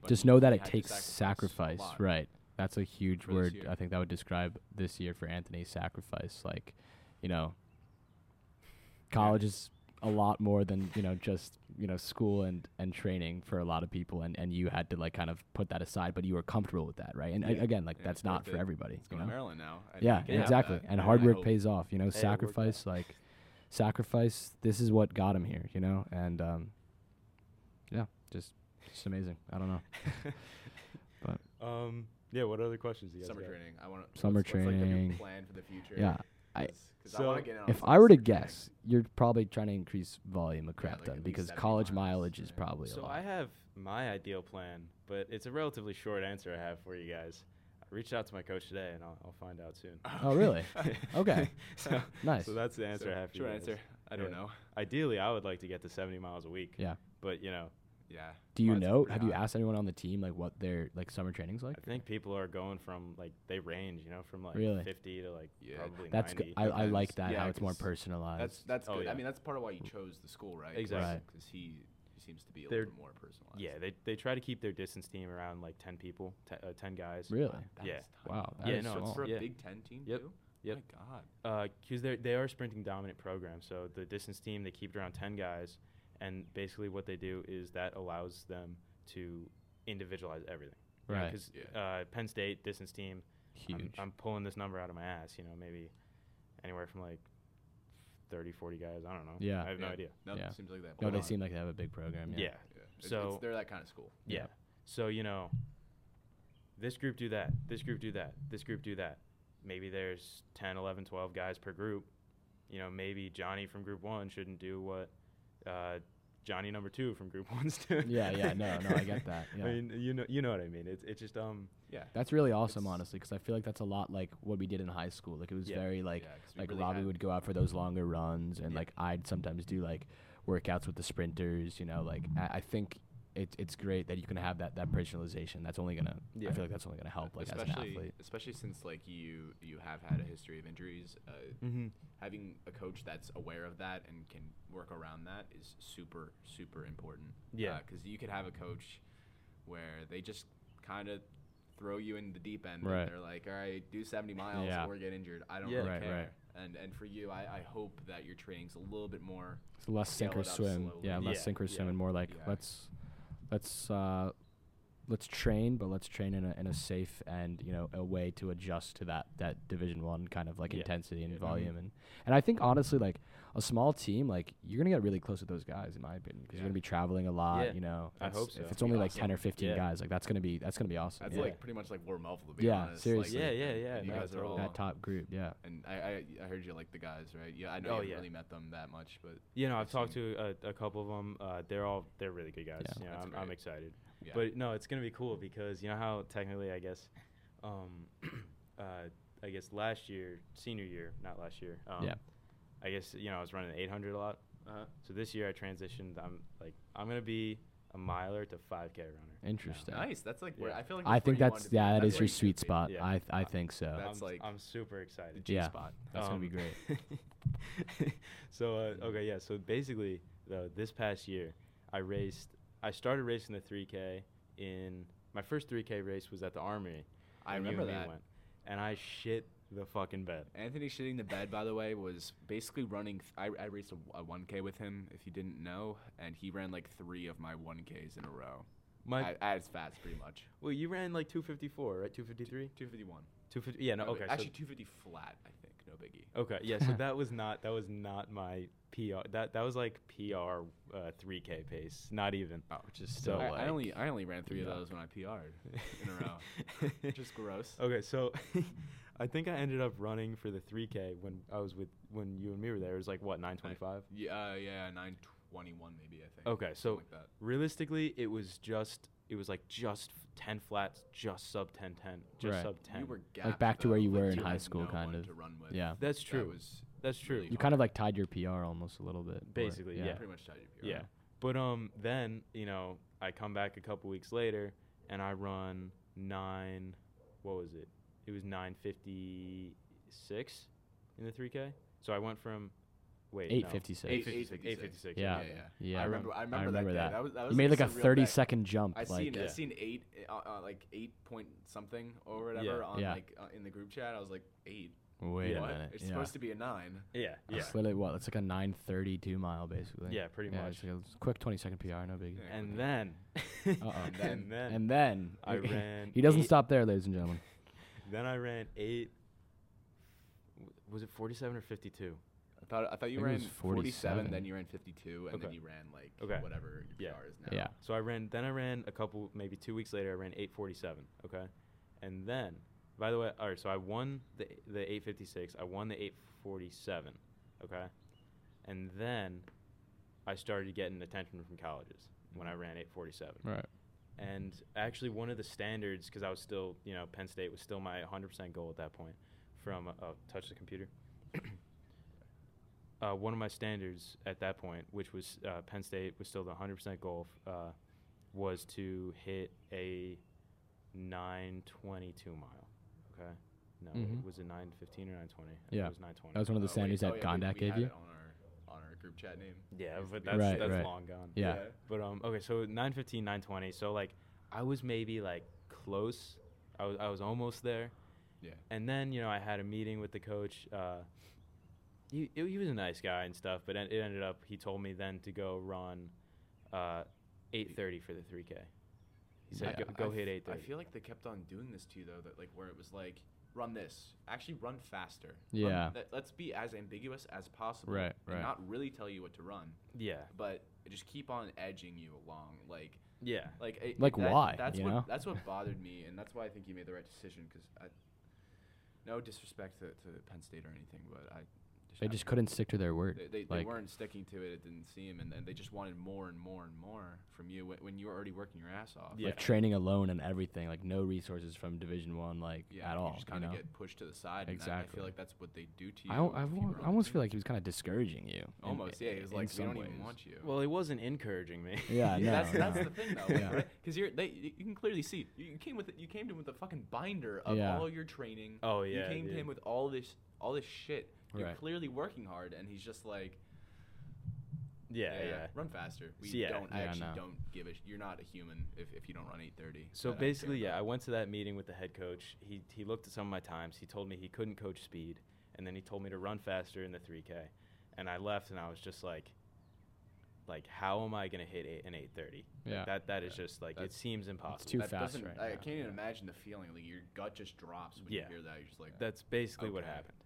S2: but
S1: Just
S2: he-
S1: know that
S2: he
S1: it
S2: had to
S1: takes
S2: a
S1: sacrifice.
S2: lot.
S1: Right. That's a huge
S2: For this
S1: word.
S2: year.
S1: I think that would describe this year for Anthony sacrifice. Like, you know, college is a lot more than, you know, just, you know, school and, and training for a lot of people. And, and you had to, like, kind of put that aside, but you were comfortable with that, right? And a-
S3: Yeah.
S1: again, like,
S2: Yeah,
S1: that's
S2: it's worth
S1: not for
S2: it.
S1: everybody.
S2: It's
S1: You
S2: going to
S1: know?
S2: Maryland now. I
S1: Yeah,
S2: think,
S3: yeah.
S1: exactly.
S2: that-
S1: And
S2: I
S1: hard work
S2: hope-
S1: pays off. You know,
S3: it worked out.
S1: sacrifice, like, sacrifice, this is what got him here, you know? And, um, yeah, just, just amazing. I don't know.
S3: um yeah what other questions do you guys
S2: Summer
S3: got?
S2: training. I want
S1: Summer
S2: What's like the
S1: training.
S2: new plan for the future?
S1: Yeah. I-
S2: Because I want
S3: So-
S2: to get in on
S1: If
S2: some
S1: I were to
S2: summer training.
S1: guess, you're probably trying to increase volume of
S2: Yeah,
S1: crap
S2: like
S1: done
S2: at least
S1: because
S2: 70
S1: college
S2: miles,
S1: mileage is
S2: yeah.
S1: probably a
S3: so
S1: lot.
S3: i have my ideal plan but it's a relatively short answer i have for you guys i reached out to my coach today and i'll, I'll find out soon
S2: [LAUGHS]
S1: oh, really? [LAUGHS] Okay.
S3: so,
S1: Nice.
S3: so that's the answer
S2: So,
S3: i have for you
S2: Short
S3: guys.
S2: answer. I don't
S3: Yeah.
S2: know.
S3: ideally i would like to get to 70 miles a week
S1: Yeah.
S3: but you know
S2: Yeah.
S1: Do you
S2: Mine's
S1: know?
S2: pretty
S1: Have you
S2: high.
S1: asked anyone on the team like what their like summer training's like?
S3: I think people are going from like they range, you know, from like
S1: Really?
S3: 50 to like
S2: Yeah.
S3: probably
S1: That's
S3: 90.
S1: good. I, I like that
S2: Depends. Yeah,
S1: how it's more
S2: 'cause
S1: personalized.
S2: That's that's
S3: Oh,
S2: good.
S3: yeah.
S2: I mean, that's part of why you chose the school, right?
S3: Exactly.
S2: Because he seems to be a
S3: They're-
S2: little bit more personalized.
S3: yeah, they they try to keep their distance team around like 10 people, te- uh, 10 guys.
S1: really
S2: That
S3: Yeah.
S2: is tiny.
S1: wow. That
S3: Yeah,
S1: is
S3: no,
S2: So it's
S1: small.
S2: for a
S3: Yeah.
S2: Big Ten team
S3: Yep.
S2: too.
S3: Yep.
S2: My God.
S3: Because Uh, they they are sprinting dominant program, so the distance team they keep it around 10 guys, and basically what they do is that allows them to individualize everything.
S1: Right.
S3: Because
S2: Yeah.
S3: uh, Penn State distance team, I'm-
S1: huge.
S3: I'm, pulling this number out of my ass. You know, maybe anywhere from like 30, 40 guys. I don't know.
S1: Yeah.
S3: I have no
S2: Yeah.
S3: idea.
S2: No,
S1: Yeah.
S2: seems like that.
S1: No,
S2: Hold
S1: they
S2: on.
S1: seem like they have a big program.
S3: yeah.
S1: Yeah.
S2: Yeah. It's- it's-
S3: So-
S2: they're that kind of school.
S3: Yeah. So, you know, this group do that, this group do that, this group do that. Maybe there's 10, 11, 12 guys per group. You know, maybe Johnny from group one shouldn't do what uh, Johnny number two from group [LAUGHS] one's doing.
S1: Yeah,
S3: [LAUGHS]
S1: yeah, no, no, I get that, yeah.
S3: I mean, you know, you know what I mean. It's it's just um,
S2: Yeah.
S1: That's really awesome,
S3: It's-
S1: honestly, because I feel like that's a lot like what we did in high school. Like it was
S3: Yeah.
S1: very like
S2: Yeah, 'cause we
S1: like
S2: really
S1: Robbie
S2: had- Mm-hmm.
S1: would go out for those longer runs, and
S3: Yeah.
S1: like I'd sometimes do like workouts with the sprinters. You know, like I, I think it, it's great that you can have that that personalization. That's only gonna
S3: Yeah.
S1: I feel like that's only gonna help like as an
S2: especially,
S1: athlete.
S2: especially since like you you have had a history of injuries. Uh,
S1: Mm. Mm-hmm.
S3: Mhm.
S2: Having a coach that's aware of that and can work around that is super super important.
S3: Yeah.
S2: because you could have a coach where they just kind of throw you in the deep end.
S1: Right.
S2: And they're like, all right, do 70 miles
S1: Yeah.
S2: or get injured. I don't
S3: Yeah.
S2: really
S1: Right,
S2: care.
S1: right.
S2: And and for you, I, I hope that your training's a little bit more.
S1: It's less
S2: scale
S1: sink
S2: it
S1: or
S2: up
S1: swim.
S2: slowly.
S1: Yeah, less
S3: Yeah,
S1: sink or
S3: yeah.
S1: swim, and more like
S2: Yeah.
S1: let's let's uh, let's train, but let's train in a in a safe and you know a way to adjust to that that Division One kind of like
S3: Yeah.
S1: intensity and
S2: Yeah. Mhm.
S1: volume and and I think honestly like a small team like you're gonna get really close with those guys in my opinion because
S2: Yeah.
S1: you're gonna be traveling a lot.
S3: Yeah.
S1: You know,
S3: I
S1: It's-
S3: hope so.
S1: If it's
S2: Be
S1: only like
S2: awesome.
S1: ten or fifteen
S3: Yeah.
S1: guys, like that's gonna be that's gonna be awesome.
S2: That's
S1: yeah.
S2: like pretty much like warm to be
S1: Yeah,
S2: honest.
S1: seriously.
S2: Like,
S3: yeah, yeah, yeah.
S2: you
S3: no,
S2: guys are
S3: totally.
S2: all-
S1: that top group. Yeah.
S2: And I, I I heard you like the guys, right? Yeah, I know
S3: Oh,
S2: you haven't
S3: yeah.
S2: really met them that much, but
S3: You know, I've
S2: I've
S3: talked to a, a couple of them. Uh, they're all they're really good guys.
S1: Yeah.
S3: You know,
S2: That's
S3: I'm, I'm
S2: great.
S3: excited.
S2: yeah.
S3: But no, it's gonna be cool because you know how technically I guess, um, [COUGHS] uh, I guess last year, senior year, not last year. Um,
S1: Yeah.
S3: I guess you know I was running 800 a lot.
S2: uh
S3: So this year I transitioned. I'm like I'm gonna be a miler to 5K runner. now.
S1: Interesting.
S2: nice. That's like where
S3: Yeah.
S2: I feel like
S1: I
S2: that's where
S1: think
S2: you wanted
S1: that's
S2: to be.
S1: yeah, that is
S2: where
S1: your
S2: you should
S1: sweet
S2: be.
S1: spot.
S3: Yeah.
S1: I th- I think so.
S2: That's
S3: I'm,
S2: like-
S3: I'm super
S2: The
S3: excited.
S2: G
S1: Yeah.
S2: spot.
S1: That's gonna be
S3: Um,
S1: great.
S3: [LAUGHS] so uh, okay, yeah. So basically, though, this past year, I raced. I started racing the 3K in my first 3K race was at the Armory.
S2: I
S3: when you
S2: remember
S3: and me
S2: that.
S3: Went, and I shit the fucking bed.
S2: Anthony shitting the bed, by the way, was basically running. Th- I, I raced a, a 1K with him, if you didn't know, and he ran like three of my 1Ks in a row.
S3: My
S2: at, as fast, pretty much.
S3: well, you ran like 254, right? 253,
S2: 251.
S3: 250. Yeah, no.
S2: No,
S3: Okay.
S2: but
S3: so-
S2: Actually, 250 flat, I think. No biggie.
S3: Okay, yeah.
S2: [LAUGHS]
S3: So that was not that was not my PR. That that was like PR three K pace. Not even.
S2: Oh, which is
S3: still,
S2: I, I
S3: like,
S2: only I only ran three
S3: yeah.
S2: of those when I PR'd in a row. [LAUGHS]
S3: [LAUGHS]
S2: Just gross.
S3: okay, so [LAUGHS] I think I ended up running for the three K when I was with when you and me were there. It was like what nine twenty five.
S2: Yeah, uh, yeah, 921 maybe, I think.
S3: Okay, so
S2: Something like that.
S3: realistically, it was just it was like just f- ten flats, just sub 10, 10, just
S1: Right.
S3: sub ten.
S2: You were
S1: Like, back
S2: gapped,
S1: to where
S2: though.
S1: you
S2: Like,
S1: were in high
S2: had
S1: school,
S2: no
S1: kind
S2: one
S1: of.
S2: to run with.
S1: Yeah.
S3: That's
S2: That
S3: true.
S2: was
S3: That's true.
S2: really
S1: You
S2: hard.
S1: kind of like tied your PR almost a little bit. or-
S3: Basically, yeah.
S2: pretty much tied to your
S3: Yeah.
S2: PR.
S3: But um then, you know, I come back a couple weeks later and I run 9 what was it? It was 956 in the 3K. So I went from wait,
S1: Eight
S3: no.
S1: fifty six.
S2: Eight-
S3: 856. 856.
S1: Yeah.
S2: Yeah, yeah.
S1: Yeah.
S2: I remember. I remember,
S1: remember
S2: that.
S1: that.
S2: Day. that was. That was
S1: You made like a
S2: some real
S1: thirty
S2: fact.
S1: second jump.
S2: I
S1: like,
S2: seen. I
S3: Yeah.
S2: seen eight, uh, uh, like eight point something or whatever
S3: Yeah.
S2: on
S1: Yeah.
S2: like uh, in the group chat. I was like eight.
S1: wait
S3: Yeah.
S1: a
S2: what?
S1: minute.
S2: It's
S1: yeah.
S2: supposed to be a nine.
S3: Yeah. Yeah.
S1: It's literally what? It's like a nine thirty two mile basically.
S3: Yeah, pretty
S1: Yeah,
S3: much.
S1: it's like a quick twenty second PR. No
S2: [LAUGHS]
S1: big.
S2: Yeah.
S1: [LAUGHS]
S3: And then
S1: Uh-oh.
S3: and then
S1: And then
S3: I ran
S1: He doesn't
S3: eight-
S1: stop there, ladies and gentlemen.
S3: Then I ran 8 was it 47 or 52?
S2: I thought. I thought you
S1: I think it
S2: ran
S1: was 47.
S2: Then you ran fifty-two, and then
S3: Okay.
S2: you ran like
S3: Okay.
S2: whatever your
S3: Yeah.
S2: PR is now.
S1: Yeah.
S3: So I ran. Then I ran a couple, maybe two weeks later. I ran 8:47. Okay, and then, by the way, all right. So I won the the 8:56. I won the 8:47. Okay, and then I started getting attention from colleges when I ran 8:47.
S1: Right.
S3: And actually, one of the standards, because I was still, you know, Penn State was still my 100% goal at that point. From uh, oh, touch the computer. [COUGHS] uh, one of my standards at that point, which was uh, Penn State was still the 100% goal, f- uh, was to hit a 922 mile. Okay. No,
S1: Mhm.
S3: it was a 915 or 920. I think
S1: Yeah.
S3: It was 920.
S1: That was one of the
S2: Oh, wait,
S1: standards
S2: oh,
S1: that
S2: yeah, we-
S1: Gondak
S2: we
S1: gave
S2: had
S1: you.
S2: it on our on our group chat name.
S3: yeah,
S2: It's
S3: but
S2: the-
S3: that's,
S1: Right,
S3: that's
S1: right.
S3: long gone.
S1: Yeah.
S3: But um, okay, so 915, 920. So like, I was maybe like close. I was I was almost there.
S2: Yeah.
S3: And then you know I had a meeting with the coach. Uh, he he was a nice guy and stuff, but it it ended up he told me then to go run, uh, 8:30 for the 3K. He said
S1: Yeah.
S3: go, go
S2: I
S3: hit
S2: f-
S3: 8:30.
S2: I feel like they kept on doing this to you though, that like where it was like run this. Actually, run faster. Run-
S1: Yeah.
S2: let- let's be as ambiguous as possible.
S1: Right,
S2: And
S1: right.
S2: not really tell you what to run,
S3: Yeah.
S2: but just keep on edging you along. Like,
S3: Yeah.
S2: like, it,
S1: Like,
S2: that-
S1: why,
S2: That's
S1: you
S2: what
S1: know?
S2: that's
S1: [LAUGHS]
S2: what bothered me, and that's why I think you made the right decision. Because I, no disrespect to, to Penn State or anything, but I
S1: They
S2: have-
S1: just couldn't stick to their word.
S2: They, they, they
S1: like,
S2: weren't sticking to it. It didn't seem, and, and they just wanted more and more and more from you when, when you were already working your ass off.
S3: Yeah.
S1: like training alone and everything, like no resources from Division One, like
S2: yeah,
S1: at
S2: you
S1: all.
S2: just
S1: you
S2: kind
S1: know?
S2: of get pushed to the side. and that- I
S1: Exactly.
S2: feel like that's what they do to you.
S1: I, al- I
S2: if you
S1: wa-
S2: were on
S1: I
S2: the
S1: almost
S2: team.
S1: feel like he was kind of discouraging you. in-
S2: almost yeah. He was
S1: in
S2: like, we
S1: some
S2: don't
S1: ways.
S2: even want you.
S3: Well, he wasn't encouraging me. [LAUGHS]
S2: [LAUGHS]
S1: Yeah,
S2: Yeah,
S1: no,
S2: that's, that's
S1: no.
S2: the thing though,
S1: Yeah.
S2: because you're they, you you can clearly see you you came with you came to him with a fucking binder of
S1: Yeah.
S2: all your training.
S3: Oh,
S2: you
S3: yeah,
S2: came to
S3: dude.
S2: him with all this all this shit. You're
S1: Right.
S2: clearly working hard, and he's just like,
S3: yeah, yeah.
S2: run faster. We
S3: So, yeah.
S2: don't I
S1: Yeah,
S2: actually
S1: no.
S2: don't give a. Sh- you're not a human if, if you don't run 8:30.
S3: So
S2: I don't care
S3: basically, yeah, I
S2: about-
S3: went to that meeting with the head coach. He he looked at some of my times. He told me he couldn't coach speed, and then he told me to run faster in the 3K. And I left, and I was just like, like, how am I gonna hit eight, an 8:30?
S1: Yeah.
S3: Like that that is
S2: Yeah.
S3: just like it
S2: That's-
S3: seems impossible.
S1: too
S2: that
S1: fast
S2: doesn't-
S1: right
S2: I, I
S1: now,
S2: can't even
S1: yeah.
S2: imagine the feeling. Like your gut just drops when
S3: Yeah.
S2: you hear that. You're just like
S3: That's basically what
S2: Okay.
S3: happened.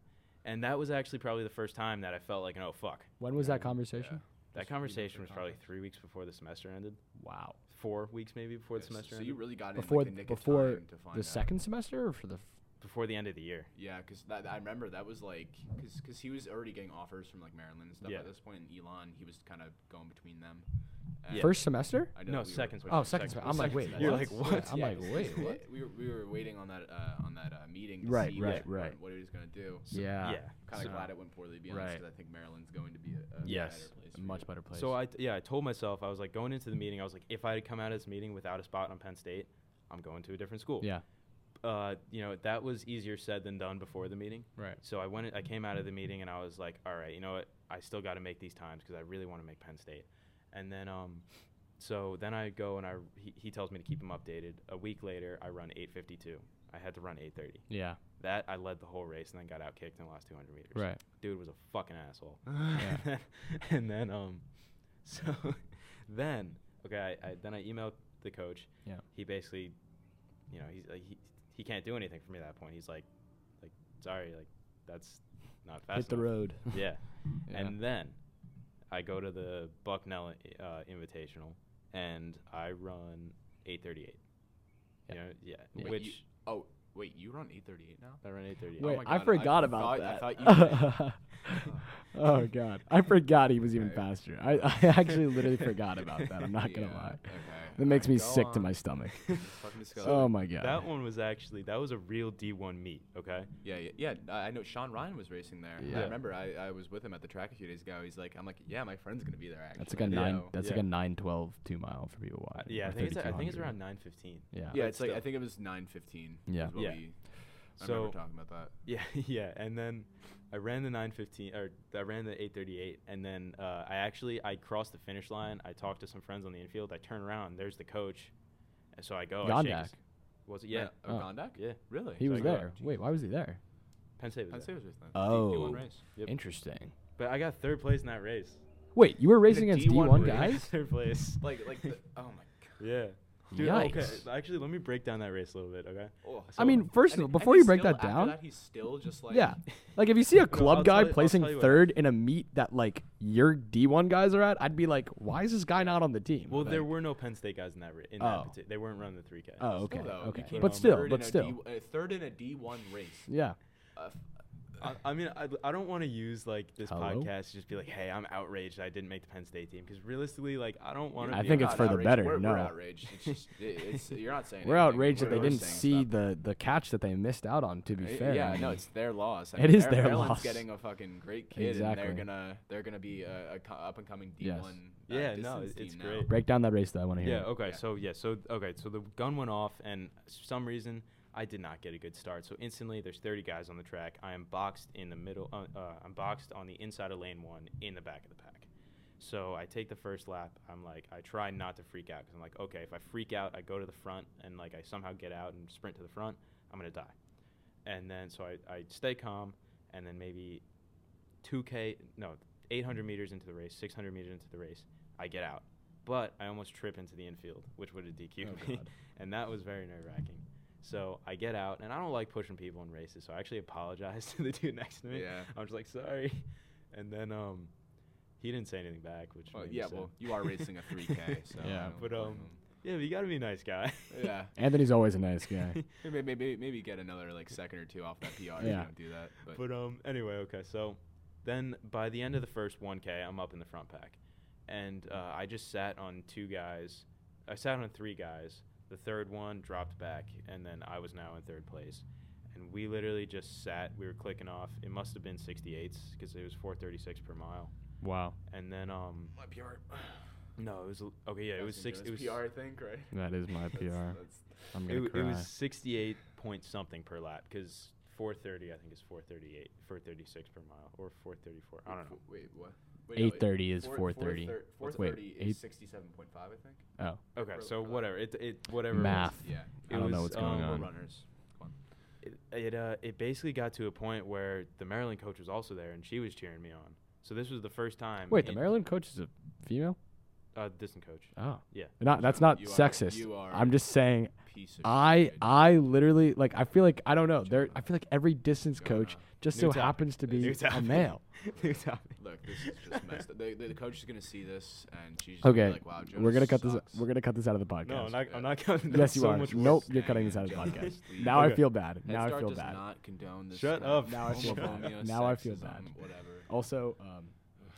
S3: And that was actually probably the first time that I felt like, oh fuck.
S1: When was that conversation?
S3: That
S2: That's pretty much
S3: conversation
S2: the
S3: was probably
S2: context.
S3: three weeks before the semester ended.
S1: Wow.
S3: Four weeks maybe before the
S2: Yeah, so-
S3: semester
S2: So
S3: ended.
S2: you really got in like,
S1: Before
S2: the
S1: th-
S2: nick
S1: before
S2: of time to find
S1: the
S2: out.
S1: second semester or for the? F-
S3: before the end of the year.
S2: Yeah, because that I remember that was like, cause, 'cause he was already getting offers from like Maryland and stuff
S3: Yeah.
S2: at this point, and Elon he was kind of going between them.
S3: Yeah.
S1: First semester?
S2: I
S3: No,
S2: that were
S3: second
S2: pushing-
S1: Oh, second semester. I'm like,
S2: second
S1: wait.
S2: semester.
S3: You're like, what?
S1: I'm
S3: Yeah.
S1: like, wait, what?
S2: we were we were waiting on that uh, on that uh, meeting. To
S1: Right,
S2: see
S1: right,
S2: what,
S1: right.
S2: What he was gonna do.
S1: Yeah.
S3: yeah.
S2: Kind
S1: So-
S2: of glad it went poorly, to be honest,
S1: Right.
S2: because I think Maryland's going to be a, a
S3: Yes.
S2: better place.
S1: A
S2: for
S1: much
S2: you.
S1: better place.
S3: So I t- yeah, I told myself I was like going into the meeting. I was like, if I had come out of this meeting without a spot on Penn State, I'm going to a different school.
S1: yeah.
S3: Uh, you know that was easier said than done before the meeting.
S1: Right.
S3: So I went. I came out of the meeting and I was like, all right, you know what? I still got to make these times because I really want to make Penn State. And then um, so then I go and I he, he tells me to keep him updated. A week later, I run 8:52. I had to run 8:30.
S1: Yeah.
S3: That I led the whole race and then got out kicked in the last 200 meters
S1: Right.
S3: dude was a fucking asshole.
S1: [LAUGHS] Yeah.
S3: [LAUGHS] and then um, [LAUGHS] so then okay, I, I then I emailed the coach.
S1: Yeah.
S3: He basically, you know, he's like, he he can't do anything for me at that point. He's like, like sorry, like that's not fast.
S1: Hit the
S3: enough."
S1: road.
S3: [LAUGHS] Yeah.
S1: [LAUGHS] Yeah.
S3: And then I go to the Bucknell uh, Invitational and I run 8:38.
S1: Yeah.
S3: You know, yeah.
S1: Yeah.
S2: Wait,
S3: Which
S2: you, oh wait, you run eight thirty eight
S1: [LAUGHS]
S2: now?
S3: I run 8:38.
S2: Oh
S1: Wait,
S2: my
S1: I
S2: God, I
S1: forgot
S2: thought- I
S1: about that.
S2: thought you
S1: [LAUGHS] oh god, I forgot he
S3: [LAUGHS]
S1: was even
S2: Okay.
S1: faster. I, [LAUGHS] I actually literally forgot about that. I'm not gonna
S2: Yeah,
S1: lie.
S2: Okay.
S1: That makes me
S2: Go
S1: sick to
S2: on. [LAUGHS]
S1: my stomach.
S3: [LAUGHS]
S1: [LAUGHS]
S2: Fucking disgusting.
S1: oh my god.
S3: That one was actually that was a real D1 meet. Okay.
S2: Yeah, yeah, yeah. I I know Sean Ryan was racing there.
S1: Yeah.
S2: I remember I, I was with him at the track a few days ago. He's like, I'm like, yeah, my friend's gonna be there actually.
S1: That's like a nine.
S2: So-
S1: That's
S3: Yeah.
S1: like a nine twelve two mile for people
S3: Uh,
S1: wide.
S3: yeah,
S1: or
S3: I think it's I think it's
S1: 3200.
S3: around nine fifteen.
S1: Yeah.
S2: Yeah,
S3: but
S2: it's like I
S3: still.
S2: think it was nine fifteen.
S1: Yeah.
S2: Is what
S3: Yeah.
S2: We, I
S3: So-
S2: remember talking about that.
S3: Yeah, [LAUGHS] yeah. And then I ran the nine fifteen or I ran the eight thirty eight, and then uh, I actually I crossed the finish line. I talked to some friends on the infield. I turn around, there's the coach, and so I go. I shake his-
S1: Yondak.
S3: was it? Yeah,
S2: Right,
S1: Oh.
S2: Ogondok?
S3: yeah.
S2: Really?
S1: He
S3: So
S1: was
S3: I go,
S1: there. Wait, why was he there?
S3: Penn State was
S2: Penn
S3: there.
S2: State was racing.
S1: Oh.
S2: D1 race.
S3: Yep.
S1: Interesting.
S3: But I got third place in that race.
S1: Wait, you were
S2: In
S1: racing
S2: a
S1: against D
S2: D1
S1: one
S2: race.
S3: [LAUGHS]
S1: guys?
S3: third place.
S2: [LAUGHS] Like like the, oh my god.
S3: [LAUGHS] yeah. Dude, okay.
S1: Yikes.
S3: Actually, let me break down that race a little bit. Okay.
S2: Oh,
S1: I mean, first of
S2: and-
S1: all,
S2: and
S1: before
S2: he's
S1: you break
S2: still-
S1: that
S2: after
S1: down-
S2: that, he's still just like
S3: [LAUGHS]
S1: yeah. Like if you see a club
S3: I'll tell
S1: guy
S3: you- I'll
S1: placing
S3: tell you what.
S1: third in a meet that like your D one guys are at, I'd be like, why is this guy not on the team?
S3: Well, there
S1: Like,
S3: were no Penn State guys in that race. In
S1: Oh.
S3: that parti- they weren't running the three K.
S1: Oh, okay,
S2: Still, though, you
S1: okay.
S2: came
S1: But
S2: in
S1: still,
S2: third
S1: but
S2: in a
S1: still,
S2: D- uh, third in a D1 race.
S1: yeah.
S2: Uh, f-
S3: I, I mean, I, I don't want to use like this
S1: Hello?
S3: podcast to just be like, "Hey, I'm outraged. I didn't make the Penn State team." Because realistically, like, I don't want to.
S1: I think
S2: You're not
S1: it's for the
S2: outraged.
S1: better,
S2: We're,
S1: no.
S2: We're outraged. It's
S1: [LAUGHS]
S2: just, it- it's, you're not saying.
S1: We're
S2: anything.
S1: outraged that
S2: We're-
S1: they
S2: we're
S1: didn't
S2: saying
S1: see
S2: stuff.
S1: the the catch that they missed out on. To be
S2: Uh,
S1: fair,
S2: Yeah,
S1: I
S2: no,
S1: mean.
S2: it's their loss. I
S1: It is
S2: Mar-
S1: their
S2: Maryland's
S1: loss.
S2: Getting a fucking great kid,
S1: Exactly.
S2: and they're gonna they're gonna be a, a co- up and coming D
S1: Yes.
S2: one. uh,
S3: Yeah, no, it- it's great.
S1: break down that race though. I want to hear.
S3: Yeah. [LAUGHS]
S1: it.
S3: Okay.
S2: Yeah.
S3: So yeah. So okay. So the gun went off, and s- some reason I did not get a good start. So instantly, there's 30 guys on the track. I am boxed in the middle. Uh, uh, I'm boxed on the inside of lane one, in the back of the pack. So I take the first lap. I'm like, I try not to freak out because I'm like, okay, if I freak out, I go to the front and like I somehow get out and sprint to the front, I'm gonna die. And then so I, I stay calm, and then maybe 2K, no, 800 meters into the race, 600 meters into the race, I get out. But I almost trip into the infield, which would have DQ'd
S1: Oh,
S3: [LAUGHS] me.
S1: God.
S3: And that was very nerve wracking. So I get out, and I don't like pushing people in races. So I actually apologized [LAUGHS] to the dude next to me.
S2: Yeah.
S3: I was like, sorry. And then um, he didn't say anything back, which
S2: Well,
S3: made me
S2: yeah,
S3: sad.
S2: well, you are racing a
S1: [LAUGHS]
S3: [LAUGHS]
S2: 3K, so. I
S1: Yeah.
S2: don't
S3: But,
S2: blame
S3: um, yeah, but you gotta be a nice guy. [LAUGHS]
S2: him. Yeah.
S1: Anthony's always a nice guy.
S2: Maybe, maybe, maybe get another like second or two off that PR if you
S1: Yeah.
S2: don't do that. But,
S3: But um, anyway, okay. So then by the end of the first 1K, I'm up in the front pack, and uh, I just sat on two guys. I sat on three guys. The third one dropped back, and then I was now in third place. And we literally just sat. We were clicking off. It must have been 68s because it was 436 per mile.
S1: wow,
S3: And then um,
S2: my PR.
S3: no, it was l- okay. Yeah, it was six. It was
S2: PR thing, right?
S1: that is my PR. I'm gonna
S3: it, w-
S1: cry.
S3: it was 68 point something per lap because 430 I think is 438, 436 per mile or 434. I don't know.
S2: Wait, what?
S1: 8:30 is 4:30.
S2: Four
S1: Wait,
S2: thirty is
S1: eight-
S2: sixty-seven point five, I think.
S1: oh,
S3: Okay,
S2: Or-
S3: so
S2: or-
S3: whatever it it whatever
S1: math.
S2: Yeah.
S1: I don't know what's going
S2: We're
S1: on.
S2: runners. Come on.
S3: It was, it, it, uh, it basically got to a point where the Maryland coach was also there and she was cheering me on. So this was the first time.
S1: Wait, the
S3: in-
S1: Maryland coach is a female?
S3: uh, distant coach.
S1: Oh,
S3: Yeah.
S1: Not that's not
S2: You are-
S1: sexist.
S2: you are
S1: I'm just saying.
S2: Piece of
S1: I
S2: shit.
S1: I literally like I feel like I don't know. There I feel like every distance coach
S2: Jonah.
S1: just
S3: New
S1: so
S3: topic.
S1: happens to
S3: New
S1: be a
S3: topic. [LAUGHS]
S1: male.
S3: New topic.
S2: Look, this is just messed up. The, the, the coach is gonna see this, and she's just
S1: Okay,
S2: gonna be like, "Wow, Jonah
S1: we're gonna cut
S2: sucks."
S1: this. We're gonna cut this out of the
S3: No,
S1: podcast.
S3: I'm not,
S2: Yeah.
S3: I'm not counting. that.
S1: yes, you
S3: so
S1: are.
S3: Much
S2: worse.
S1: Nope, you're
S2: Dang,
S1: cutting this out of the
S2: Jonah.
S1: podcast.
S2: Please.
S1: Now I
S3: Okay.
S1: feel bad.
S2: Head
S1: Now I
S2: Start
S1: feel
S2: does
S1: bad.
S2: not condone this
S3: Shut
S2: kind
S3: up.
S2: of
S1: Now I feel bad.
S2: homophobia,
S1: [LAUGHS] Now I feel
S2: sexism,
S1: bad.
S2: Whatever.
S1: Also, um,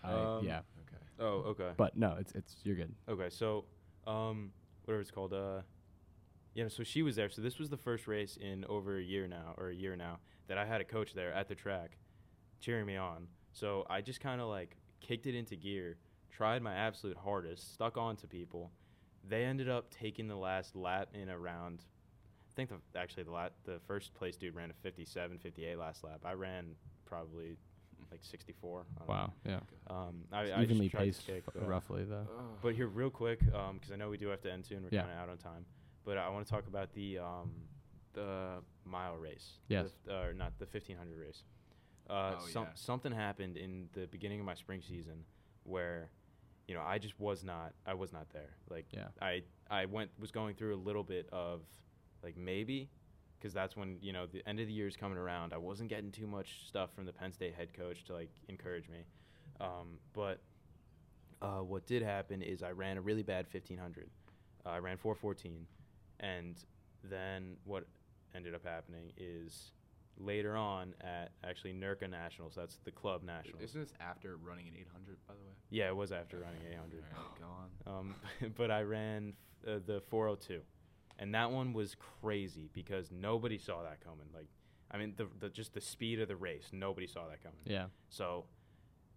S1: I,
S3: Um,
S1: yeah,
S2: Okay.
S3: Oh, okay.
S1: but no, it's it's you're good.
S3: Okay, so um, whatever it's called, uh, yeah. So she was there. So this was the first race in over a year now, or a year now, that I had a coach there at the track, cheering me on. So I just kind of like kicked it into gear, tried my absolute hardest, stuck on to people. They ended up taking the last lap in around. I think the, actually the la- the first place dude ran a 57, 58 last lap. I ran probably like 64. I don't know.
S1: Wow, yeah,
S3: Um, I,
S1: It's
S3: I just
S1: evenly
S3: tried to
S1: paced
S3: kick, uh,
S1: f-
S3: but-
S1: roughly though.
S2: Ugh.
S3: but here, real quick, because I know we do have to end soon. We're
S1: Yeah.
S3: kind of out on time. But I want to talk about the um, the mile race.
S1: Yes.
S3: The, f- or not the 1500 race. Uh,
S2: Oh,
S3: some,
S2: yeah.
S3: Something happened in the beginning of my spring season where, you know, I just was not. I was not there. Like,
S1: Yeah.
S3: I I went was going through a little bit of, like maybe, because that's when you know the end of the year is coming around. I wasn't getting too much stuff from the Penn State head coach to like encourage me, um, but uh, what did happen is I ran a really bad 1500. Uh, I ran 414, and then what ended up happening is later on at actually E Nurka Nationals. That's the club nationals.
S2: Isn't this after running an 800, by the way?
S3: yeah, it was after running 800.
S2: Alright, go on.
S3: Um, [LAUGHS] but I ran uh, the 402, and that one was crazy because nobody saw that coming. Like, I mean, the, the just the speed of the race, nobody saw that coming.
S1: Yeah.
S3: So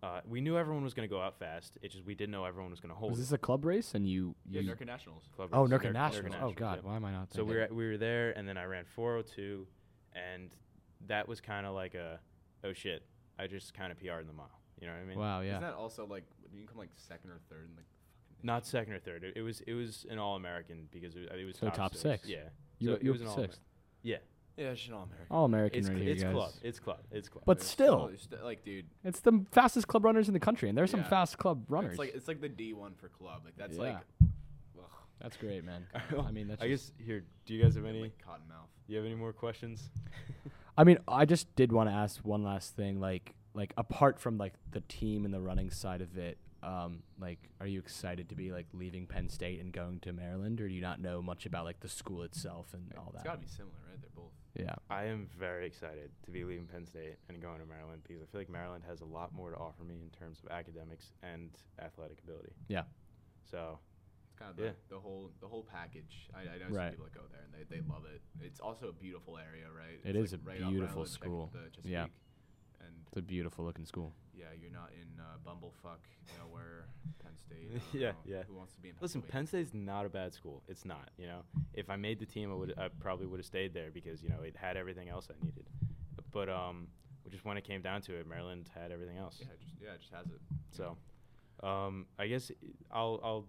S3: uh, we knew everyone was going to go out fast. It just we didn't know everyone was going to hold.
S1: Was
S3: it.
S1: this a club race and you?
S2: Yeah,
S1: you
S2: American Nationals.
S3: Club
S1: oh,
S3: race,
S1: Nurka
S3: Nurka- Nurka
S1: Nationals. Oh God,
S3: yeah.
S1: why am I not?
S3: So we
S1: thinking?
S3: were we were there, and then I ran 402, and that was kind of like a oh shit, I just kind of PR'd in the mile. You know what I mean?
S1: Wow.
S2: Isn't
S1: Yeah.
S2: that also like you come like second or third in like the fucking
S3: Not second or third. It, it was it was an All American because it, was- it was
S1: So
S3: top,
S1: top six.
S3: Yeah.
S1: You
S3: so
S1: were- you were
S3: it was an
S1: sixth.
S3: All-Amer- Yeah.
S2: Yeah, shit all American.
S1: All American
S3: It's,
S1: right
S3: cl-
S1: here,
S3: it's
S1: guys.
S3: club. It's club. It's club.
S1: But still,
S2: like dude,
S1: it's the fastest club runners in the country, and there's some
S2: Yeah.
S1: fast club runners.
S2: it's like it's like the D one for club. Like that's like,
S1: Yeah.
S2: ugh,
S1: that's great, man. I mean, that's
S3: I
S1: just-
S3: guess here. Do you guys have
S2: like
S3: any?
S2: cotton mouth.
S3: You have any more questions?
S1: I mean, I just did want to ask one last thing. Like, like apart from like the team and the running side of it, um, like, are you excited to be like leaving Penn State and going to Maryland, or do you not know much about like the school itself and all
S2: It's
S1: that?
S2: gotta be similar, right? They're both.
S1: Yeah,
S3: I am very excited to be leaving Penn State and going to Maryland because I feel like Maryland has a lot more to offer me in terms of academics and athletic ability.
S1: Yeah.
S3: So
S2: It's kind of the,
S3: Yeah.
S2: the whole the whole package. I, I know some
S1: Right.
S2: people that go there and they, they love it. It's also a beautiful area, right?
S1: It
S2: it's
S1: is a
S2: off right
S1: beautiful
S2: on the check-
S1: school.
S2: The
S1: Yeah.
S2: Chesapeake. And
S1: it's a beautiful looking school.
S2: yeah, you're not in uh, bumblefuck nowhere, Penn State.
S1: [LAUGHS]
S2: I don't
S3: Yeah,
S2: know.
S3: yeah.
S2: Who wants to be in?
S3: listen,
S2: Pennsylvania?
S3: Penn State's not a bad school. It's not. You know, if I made the team, I would I probably would have stayed there because you know it had everything else I needed. But um, just when it came down to it, Maryland had everything else.
S2: Yeah, it just yeah, it just has it.
S3: So, um, I guess i- I'll, I'll,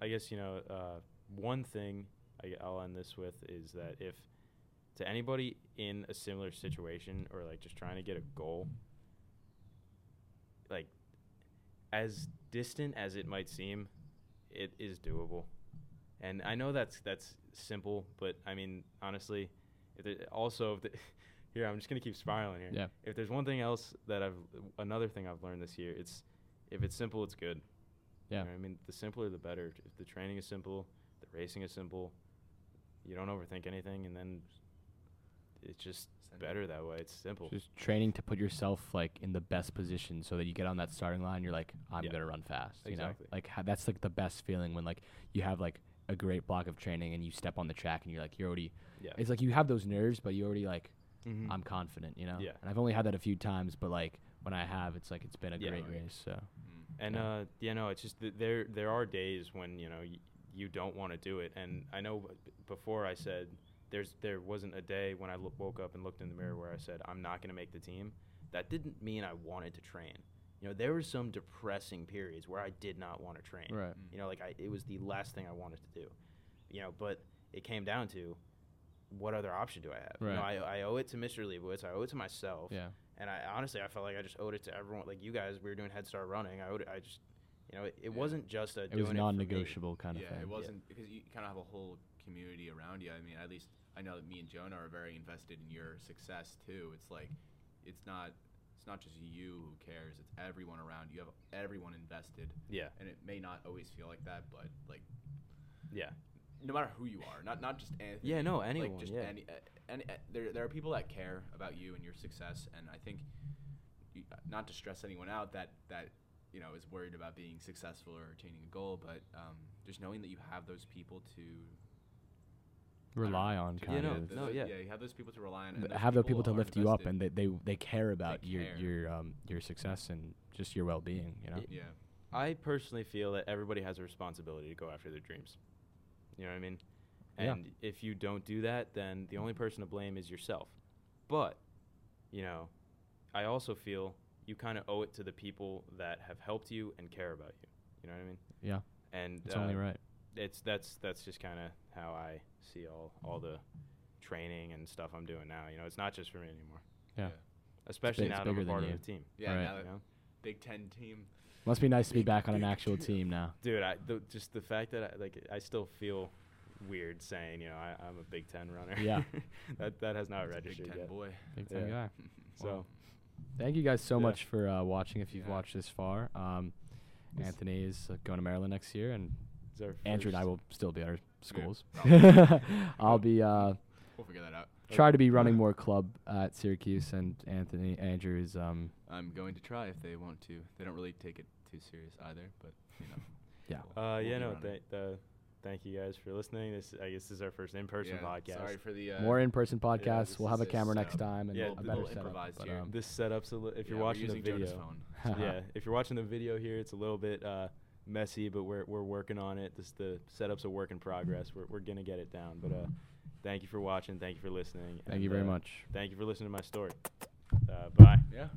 S3: I guess you know, uh, one thing I, I'll end this with is that if to anybody in a similar situation or like just trying to get a goal, like as distant as it might seem, it is doable. And I know that's that's simple, but I mean honestly, if there, also if the, [LAUGHS] here I'm just gonna keep spiraling here.
S1: Yeah.
S3: If there's one thing else that I've another thing I've learned this year, it's if it's simple, it's good. You
S1: Yeah.
S3: know what I mean, the simpler the better. If the training is simple, the racing is simple. You don't overthink anything, and then it's just
S2: Send it.
S3: better that way. It's simple.
S1: Just training to put yourself like in the best position so that you get on that starting line. You're like, I'm
S3: Yeah.
S1: gonna run fast. You
S3: Exactly.
S1: know, like ha- that's like the best feeling when like you have like a great block of training and you step on the track and you're like, you're already.
S3: Yeah.
S1: It's like you have those nerves, but you already like,
S3: Mhm.
S1: I'm confident. You know.
S3: Yeah.
S1: And I've only had that a few times, but like when I have, it's like it's been a
S3: Yeah.
S1: great race. So
S2: Mm.
S3: And
S1: Yeah.
S3: uh, you know, it's just th- there. There are days when you know you, you don't want to do it. And I know b- before I said there's there wasn't a day when I lo- woke up and looked in the mirror where I said I'm not going to make the team. That didn't mean I wanted to train. You know, there were some depressing periods where I did not want to train.
S1: right.
S2: Mm.
S3: You know, like I, it was the last thing I wanted to do. You know, but it came down to what other option do I have? You know,
S1: Right.
S3: I, I owe it to Mr. Leibowitz. I owe it to myself.
S1: Yeah.
S3: And I honestly, I felt like I just owed it to everyone. Like you guys, we were doing Head Start running. I owed it. I just, you know, it, it
S2: Yeah.
S3: wasn't just a
S1: It was
S3: doing for me.
S1: non-negotiable kind of
S2: yeah,
S1: thing.
S2: it wasn't because you kind of have a whole community around you. I mean, at least I know that me and Jonah are very invested in your success too. It's like it's not it's not just you who cares. It's everyone around. You have everyone invested,
S3: Yeah,
S2: and it may not always feel like that, but like
S3: yeah,
S2: no matter who you are, not not just Anthony.
S3: Yeah, no, anyone,
S2: Like just
S3: yeah.
S2: any, a- any, a- there there are people that care about you and your success, and I think you- not to stress anyone out that that you know is worried about being successful or attaining a goal, but um, just knowing that you have those people to I don't know,
S1: Rely on
S2: to-
S1: kind
S3: know,
S1: of.
S2: th-
S3: no,
S2: th-
S3: yeah.
S2: yeah, you have those people to rely on.
S1: th-
S2: and
S1: have the people to
S2: are
S1: lift you up and
S2: invested.
S1: they, they they care about your
S2: care.
S1: your um your success and just your well-being you know
S3: Y-
S2: yeah,
S3: I personally feel that everybody has a responsibility to go after their dreams. You know what I mean?
S1: Yeah.
S3: And if you don't do that, then the only person to blame is yourself. But, you know, I also feel you kind of owe it to the people that have helped you and care about you. You know what I mean?
S1: yeah
S3: And
S1: it's only
S3: uh,
S1: right
S3: it's that's that's just kind of how I see all all the training and stuff I'm doing now. You know, it's not just for me anymore.
S1: yeah,
S2: yeah.
S3: Especially
S1: big-
S3: now
S1: it's
S3: that I'm a
S1: bigger than
S3: part of
S1: you.
S3: a team.
S2: yeah.
S1: Alright.
S2: Now
S3: You
S2: that
S3: know?
S2: Big Ten team.
S1: must be nice to be
S2: Big-
S1: back on an
S2: big
S1: actual
S2: deal.
S1: team now
S3: Dude, I the, just the fact that I like I still feel weird saying you know I, I'm a Big Ten runner.
S1: Yeah.
S3: [LAUGHS] that that has not
S2: It's a
S3: registered
S2: Big Ten
S3: yet.
S2: boy.
S1: big time
S3: Yeah.
S1: guy
S3: So
S1: thank you guys so
S3: Yeah.
S1: much for uh, watching if you've
S2: Yeah.
S1: watched this far um
S3: This-
S1: Anthony is uh, going to Maryland next year and
S3: it's our
S1: Andrew and I
S3: first-
S1: will still be at our schools
S2: probably.
S1: [LAUGHS] I'll be uh
S2: [LAUGHS] We'll figure that out.
S1: try to be running more club at Syracuse and Anthony Andrew is um
S2: I'm going to try if they want to. They don't really take it too serious either, but you know.
S1: [LAUGHS] Yeah.
S2: we'll-
S3: Uh,
S2: we'll
S3: yeah,
S2: be
S3: no,
S2: running.
S3: th- uh, thank you guys for listening. This I guess this is our first in-person
S2: Yeah,
S3: podcast.
S2: Sorry for the uh,
S1: more in-person podcasts
S2: this
S1: we'll have
S2: is
S1: a
S2: a
S1: camera next
S2: setup.
S1: time and
S3: Yeah,
S1: a
S3: we'll-
S1: better
S2: we'll
S1: setup
S2: improvise
S1: but,
S2: here.
S1: um,
S3: This setup's a little. If you're
S2: yeah, we're
S3: watching
S2: using
S3: the video,
S2: Jonah's phone. [LAUGHS]
S3: [LAUGHS] yeah, if you're watching the video here, it's a little bit uh, messy, but we're we're working on it. This the setup's a work in progress. We're we're gonna get it down. But uh, thank you for watching. Thank you for listening.
S1: thank you
S3: and,
S1: very
S3: uh,
S1: much
S3: Thank you for listening to my story. Uh, bye.
S2: Yeah.